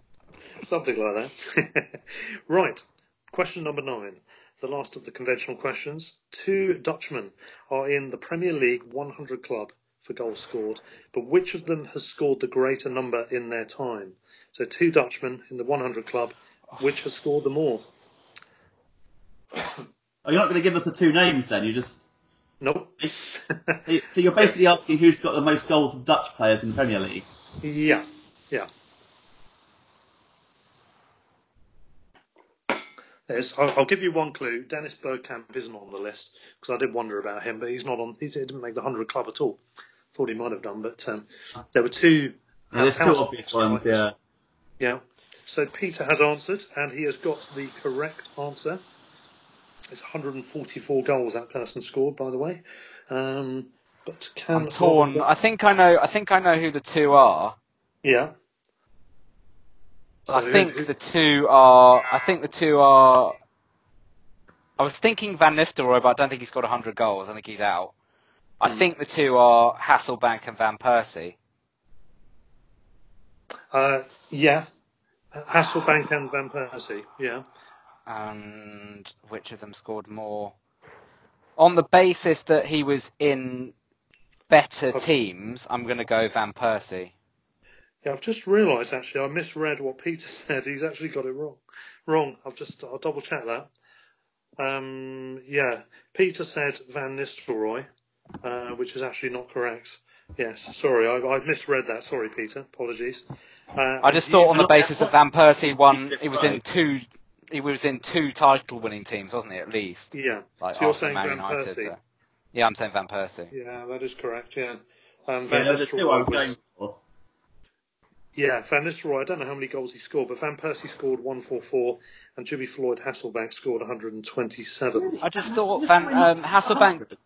Speaker 3: Something like that. right. Question number nine. The last of the conventional questions. Two Dutchmen are in the Premier League 100 club for goals scored, but which of them has scored the greater number in their time? So two Dutchmen in the 100 club, which has scored the more?
Speaker 4: Oh, you're not going to give us the two names then? You just
Speaker 3: Nope.
Speaker 4: so you're basically asking who's got the most goals of Dutch players in the Premier League.
Speaker 3: yeah, yeah. There's, I'll, I'll give you one clue. Dennis Bergkamp isn't on the list because I did wonder about him, but he's not on. He didn't make the hundred club at all. Thought he might have done, but um, there were two. uh,
Speaker 4: Now, there's two
Speaker 3: House-
Speaker 4: obvious ones. Yeah.
Speaker 3: Yeah. So Peter has answered, and he has got the correct answer. It's 144 goals that person scored, by the way. Um, but can
Speaker 5: I'm torn. I think I know I think I know who the two are.
Speaker 3: Yeah.
Speaker 5: I
Speaker 3: So who-
Speaker 5: think
Speaker 3: who-
Speaker 5: the two are. I think the two are. I was thinking Van Nistelrooy, but I don't think he's got 100 goals. I think he's out. I think the two are Hasselbank and Van Persie.
Speaker 3: Uh, yeah. Hasselbank and Van Persie. Yeah.
Speaker 5: And which of them scored more? On the basis that he was in better teams, I'm going to go Van Persie.
Speaker 3: Yeah, I've just realised actually I misread what Peter said. He's actually got it wrong. Wrong. I've just I'll double check that. Um, yeah, Peter said Van Nistelrooy, uh, which is actually not correct. Yes, sorry, I, I misread that. Sorry, Peter. Apologies. Uh,
Speaker 5: I just thought on the basis that Van Persie won, he was in
Speaker 4: Right.
Speaker 5: two. He was in two title-winning teams, wasn't he? At least.
Speaker 3: yeah.
Speaker 5: Like
Speaker 3: so you're
Speaker 5: after
Speaker 3: saying
Speaker 5: Man
Speaker 3: Van
Speaker 5: United,
Speaker 3: Persie?
Speaker 5: so- Yeah, I'm saying Van Persie.
Speaker 3: Yeah, that is correct. Yeah. Um,
Speaker 4: Yeah,
Speaker 3: Van
Speaker 4: there's the two
Speaker 3: Nistelrooy
Speaker 4: I'm
Speaker 3: was-
Speaker 4: going for.
Speaker 3: Yeah, Van Nistelrooy. I don't know how many goals he scored, but Van Persie scored 144, and Jimmy Floyd Hasselbank scored 127.
Speaker 5: I just thought Van um, Hasselbank.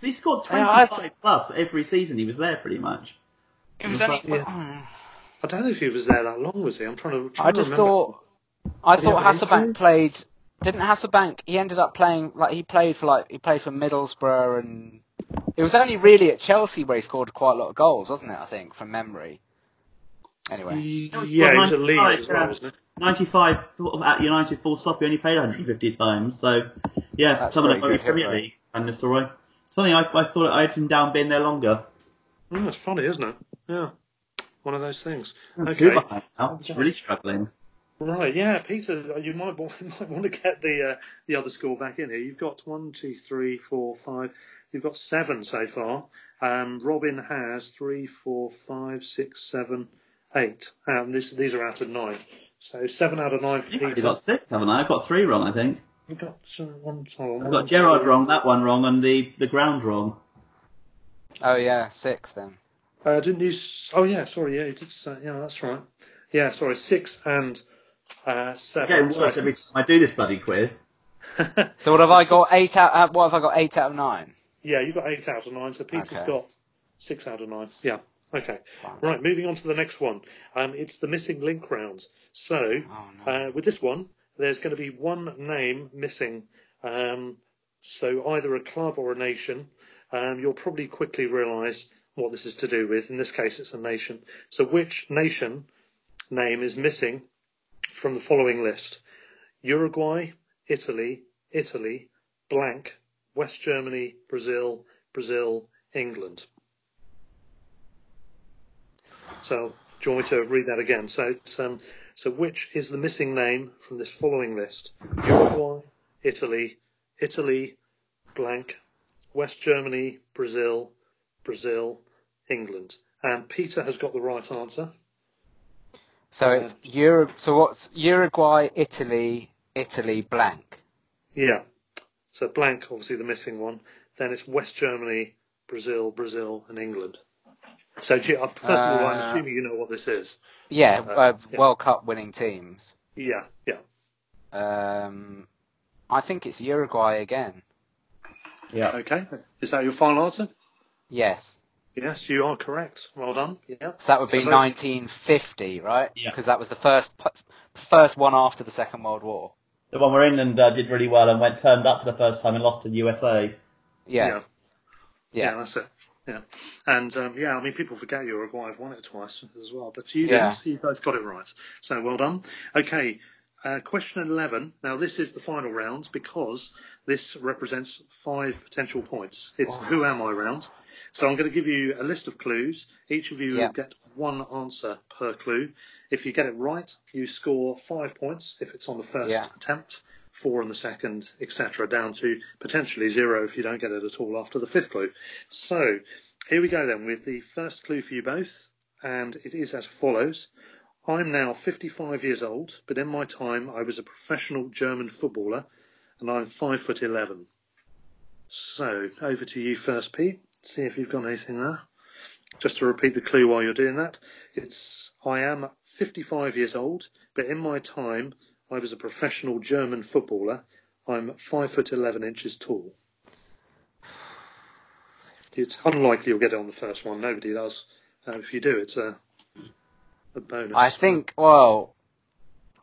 Speaker 4: He scored
Speaker 5: Yeah, I
Speaker 4: 25
Speaker 5: th-
Speaker 4: plus every season. He was there pretty much.
Speaker 5: It was only.
Speaker 3: I don't know if he was there that long, was he? I'm trying to. Trying
Speaker 5: I just
Speaker 3: to remember.
Speaker 5: thought. I thought
Speaker 3: have an injury?
Speaker 5: Hasselbank played. Didn't Hasselbank? He ended up playing like he played for like he played for Middlesbrough and it was only really at Chelsea where he scored quite a lot of goals, wasn't it? I think from memory. Anyway,
Speaker 3: Yeah, he was at Leeds as well, wasn't
Speaker 4: 95 at United full stop. He only played 150 times. So, yeah,
Speaker 5: That's
Speaker 4: some of
Speaker 5: pretty
Speaker 4: them are in
Speaker 5: good hit
Speaker 4: Premier
Speaker 5: rate.
Speaker 4: League and Mr. Roy. Something I, I thought I had him down being there longer.
Speaker 3: he? Mm, it's funny, isn't it? Yeah. One of those things.
Speaker 4: Two
Speaker 3: Okay.
Speaker 4: behind now. He's really struggling.
Speaker 3: Right, yeah, Peter, you might want, you might want to get the uh, the other score back in here. You've got one, two, three, four, five. You've got seven so far. Um, Robin has three, four, five, six, seven, eight. And this, these are out of nine. So seven out of nine for
Speaker 4: You've already
Speaker 3: Peter.
Speaker 4: got six, haven't I? I've got three wrong, I think.
Speaker 3: You've got uh, one. hold on,
Speaker 4: I've
Speaker 3: one,
Speaker 4: got Gerard
Speaker 3: two-
Speaker 4: wrong, that one wrong, and the, the ground wrong.
Speaker 5: oh yeah, six then.
Speaker 3: Uh, didn't you? s- Oh yeah, sorry. Yeah, you did. Say, yeah, that's right. Yeah, sorry. Six and uh, seven.
Speaker 4: Getting worse every time I do this bloody quiz.
Speaker 5: So what have I got? Eight out. uh, What have I got? Eight out of nine.
Speaker 3: Yeah, you got eight out of nine. So Peter's
Speaker 5: Okay.
Speaker 3: got six out of nine. Yeah. Okay. Right. Moving on to the next one. Um, it's the missing link rounds. So uh, with this one, there's going to be one name missing. Um, so either a club or a nation. Um, you'll probably quickly realise what this is to do with. In this case, it's a nation. So which nation name is missing from the following list? Uruguay, Italy, Italy, blank, West Germany, Brazil, Brazil, England. So, do you want me to read that again? So, it's, um, so which is the missing name from this following list? Uruguay, Italy, Italy, blank, West Germany, Brazil, Brazil, England. And Peter has got the right answer.
Speaker 5: So
Speaker 3: Uh,
Speaker 5: it's Europe. So what's Uruguay, Italy, Italy blank?
Speaker 3: Yeah. So blank, obviously the missing one. Then it's West Germany, Brazil, Brazil, and England. So do you- uh, first of all, I'm
Speaker 5: Uh,
Speaker 3: assuming you know what this is.
Speaker 5: Yeah, uh,
Speaker 3: yeah.
Speaker 5: World Cup winning teams.
Speaker 3: Yeah, yeah.
Speaker 5: Um, I think it's Uruguay again.
Speaker 4: Yeah.
Speaker 3: Okay. Is that your final answer?
Speaker 5: Yes.
Speaker 3: Yes, you are correct. Well done. Yeah.
Speaker 5: So that would be
Speaker 3: So-
Speaker 5: 1950, right?
Speaker 4: Yeah.
Speaker 5: Because that was the first pu- first one after the Second World War.
Speaker 4: The one where England uh, did really well and went turned up for the first time and lost to the USA.
Speaker 5: Yeah.
Speaker 3: Yeah.
Speaker 5: Yeah.
Speaker 3: Yeah, that's it. Yeah. And um, yeah, I mean, people forget Uruguay have won it twice as well, but you
Speaker 5: Yeah.
Speaker 3: didn't. You both got it right. So well done. Okay. Uh, question 11. Now, this is the final round because this represents five potential points. It's
Speaker 5: Oh.
Speaker 3: who am I round. So I'm going to give you a list of clues. Each of you
Speaker 5: Yeah.
Speaker 3: will get one answer per clue. If you get it right, you score five points if it's on the first
Speaker 5: Yeah.
Speaker 3: attempt, four on the second, etc., down to potentially zero if you don't get it at all after the fifth clue. So here we go then with the first clue for you both, and it is as follows. I'm now 55 years old, but in my time I was a professional German footballer, and I'm five foot 11. So over to you first, Pete. See if you've got anything there. Just to repeat the clue while you're doing that, it's I am 55 years old, but in my time I was a professional German footballer. I'm five foot 11 inches tall. It's unlikely you'll get it on the first one. Nobody does. Uh, if you do, it's a, a bonus.
Speaker 5: I think, well,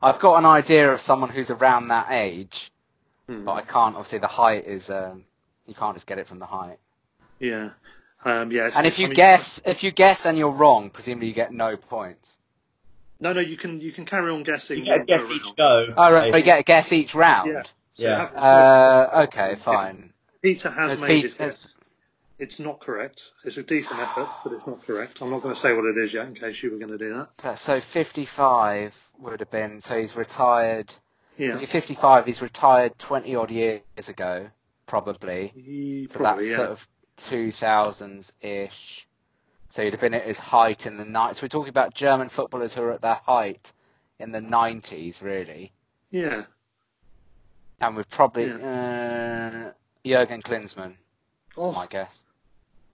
Speaker 5: I've got an idea of someone who's around that age,
Speaker 3: Hmm.
Speaker 5: but I can't. Obviously, the height is um, you can't just get it from the height.
Speaker 3: Yeah. Um, yeah. it's-
Speaker 5: And if
Speaker 3: I
Speaker 5: you
Speaker 3: mean-
Speaker 5: guess, if you guess and you're wrong, presumably you get no points.
Speaker 3: no, no, you can you can carry on guessing.
Speaker 4: You get a
Speaker 3: all
Speaker 4: guess
Speaker 3: the way
Speaker 4: each
Speaker 3: around.
Speaker 4: go.
Speaker 5: Oh, right, but you
Speaker 4: basically.
Speaker 5: get a guess each round.
Speaker 3: Yeah. So
Speaker 4: Yeah.
Speaker 3: have-
Speaker 5: Uh, okay, fine.
Speaker 3: Peter has
Speaker 5: Has
Speaker 3: made
Speaker 5: Pete-
Speaker 3: his
Speaker 5: has-
Speaker 3: guess. It's not correct. It's a decent effort, but it's not correct. I'm not going to say what it is yet, in case you were going to do that.
Speaker 5: So- So 55 would have been. So he's retired.
Speaker 3: Yeah.
Speaker 5: If you're 55, he's retired 20 odd years ago, probably.
Speaker 3: He-
Speaker 5: So
Speaker 3: probably,
Speaker 5: that's
Speaker 3: yeah.
Speaker 5: sort of 2000s ish. So he'd have been at his height in the night. So we're talking about German footballers who are at their height in the 90s, really.
Speaker 3: yeah.
Speaker 5: And we've probably uh, Jurgen Klinsmann,
Speaker 3: Oh,
Speaker 5: I guess.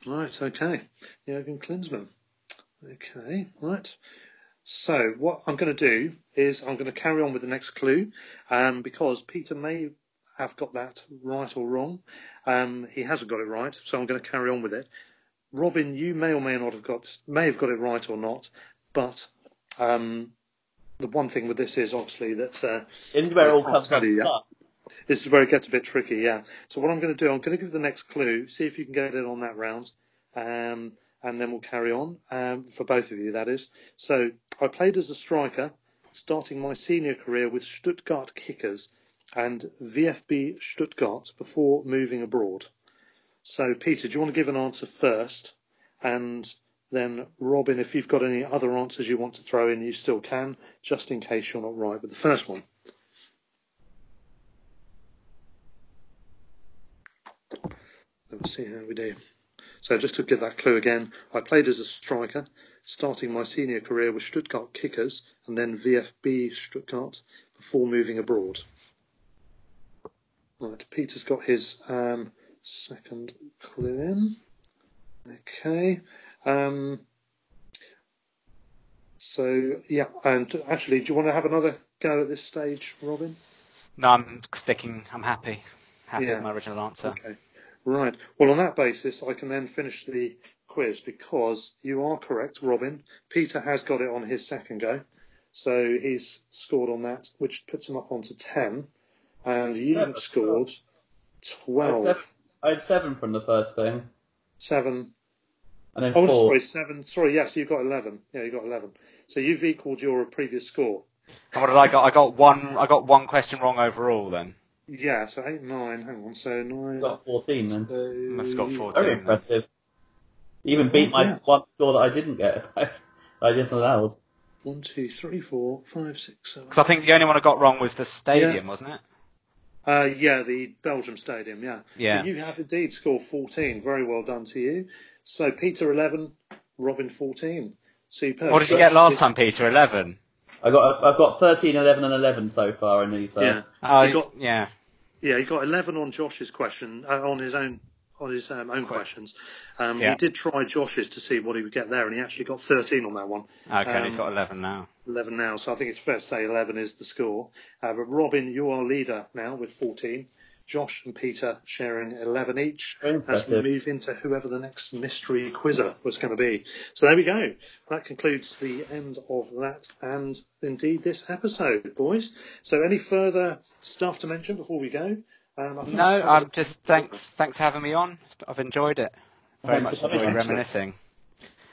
Speaker 3: right. Okay. Jurgen Klinsmann. Okay. Right. So what I'm going to do is I'm going to carry on with the next clue, um, because Peter may have got that right or wrong. Um, he hasn't got it right, so I'm going to carry on with it. Robin, you may or may not have got may have got it right or not, but um, the one thing with this is obviously that uh,
Speaker 4: Isn't where it all
Speaker 3: Oh,
Speaker 4: comes
Speaker 3: sorry, yeah.
Speaker 4: unstuck.
Speaker 3: this is where it gets a bit tricky, yeah. So what I'm going to do, I'm going to give the next clue, see if you can get it on that round, um, and then we'll carry on um, for both of you. That is. So I played as a striker, starting my senior career with Stuttgart Kickers and VfB Stuttgart before moving abroad. So Peter, do you want to give an answer first, and then Robin, if you've got any other answers you want to throw in, you still can, just in case you're not right with the first one. Let's see how we do. So just to give that clue again, I played as a striker, starting my senior career with Stuttgart Kickers and then VfB Stuttgart before moving abroad. Right, Peter's got his um, second clue in. Okay. Um, so yeah, and actually, do you want to have another go at this stage, Robin?
Speaker 5: No, I'm sticking. I'm happy. Happy
Speaker 3: Yeah.
Speaker 5: with my original answer.
Speaker 3: Okay. Right. Well, on that basis, I can then finish the quiz because you are correct, Robin. Peter has got it on his second go. So he's scored on that, which puts him up onto 10. And you
Speaker 4: Yeah,
Speaker 3: have
Speaker 4: that's
Speaker 3: scored
Speaker 4: I had,
Speaker 3: 12.
Speaker 4: seven, I had seven from the first thing,
Speaker 3: 7.
Speaker 4: and then
Speaker 3: Oh,
Speaker 4: four.
Speaker 3: sorry, 7. Sorry, yes, you've got 11. Yeah, you've got 11. So you've equalled your previous score.
Speaker 5: And what did I got? I got one. I got one question wrong overall. Then
Speaker 3: Yeah, so 8, 9. Hang on. So 9.
Speaker 4: I got fourteen then.
Speaker 3: so-
Speaker 5: must have got fourteen.
Speaker 4: Very
Speaker 5: then.
Speaker 4: impressive. Even beat my
Speaker 3: Yeah.
Speaker 4: one score that I didn't get. I just allowed.
Speaker 3: One, two, three, four, five, six, seven.
Speaker 5: Because I think the only one I got wrong was the stadium,
Speaker 3: Yeah.
Speaker 5: wasn't it?
Speaker 3: Uh, yeah, the Belgium Stadium, yeah.
Speaker 5: Yeah.
Speaker 3: So you have indeed scored 14. Very well done to you. So Peter 11, Robin 14. Superb.
Speaker 5: What did you
Speaker 3: That's-
Speaker 5: get last time, Peter? Eleven.
Speaker 4: I got I've got 13, 11, and eleven so far in these. uh, So.
Speaker 3: Yeah.
Speaker 5: Oh,
Speaker 3: you got,
Speaker 5: yeah.
Speaker 3: Uh, yeah, you got 11 on Josh's question, uh, on his own on his um, own questions. Um,
Speaker 5: Yeah.
Speaker 3: He did try Josh's to see what he would get there, and he actually got 13 on that one.
Speaker 5: Okay,
Speaker 3: Um,
Speaker 5: he's got eleven now.
Speaker 3: 11 now, so I think it's fair to say 11 is the score. Uh, but Robin, you are leader now with 14. Josh and Peter sharing 11 each
Speaker 4: Very
Speaker 3: as we
Speaker 4: impressive.
Speaker 3: move into whoever the next mystery quizzer was going to be. So there we go. That concludes the end of that and indeed this episode, boys. So any further stuff to mention before we go? Um, I think
Speaker 5: No,
Speaker 3: that was-
Speaker 5: I'm just thanks. Thanks for having me on. It's- I've enjoyed it. Very
Speaker 4: Thanks
Speaker 5: much
Speaker 4: for having
Speaker 5: enjoyed
Speaker 4: me.
Speaker 5: reminiscing.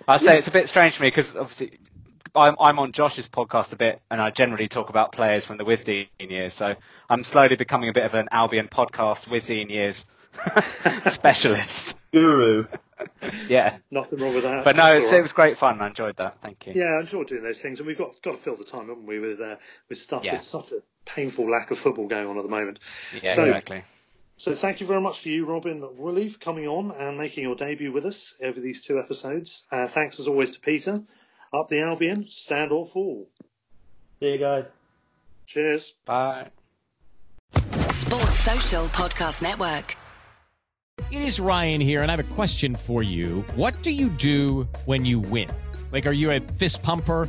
Speaker 5: I say it's a bit strange for me because obviously I'm I'm on Josh's podcast a bit, and I generally talk about players from the with Dean years. So I'm slowly becoming a bit of an Albion podcast with Dean years specialist.
Speaker 4: Guru.
Speaker 5: Yeah,
Speaker 3: Nothing wrong with that.
Speaker 5: but no,
Speaker 3: That's
Speaker 5: it's,
Speaker 3: all right.
Speaker 5: it was great fun. I enjoyed that. Thank you.
Speaker 3: Yeah, I enjoy doing those things, and we've got got to fill the time, haven't we, with uh, with stuff.
Speaker 5: Yeah.
Speaker 3: There's such a painful lack of football going on at the moment.
Speaker 5: Yeah,
Speaker 3: So-
Speaker 5: exactly.
Speaker 3: So thank you very much to you, Robin Woolley, for coming on and making your debut with us over these two episodes. Uh, thanks as always to Peter. Up the Albion, stand or fall.
Speaker 4: See you guys.
Speaker 3: Cheers.
Speaker 5: Bye.
Speaker 6: Sports Social Podcast Network.
Speaker 1: It is Ryan here, and I have a question for you. What do you do when you win? Like, are you a fist pumper?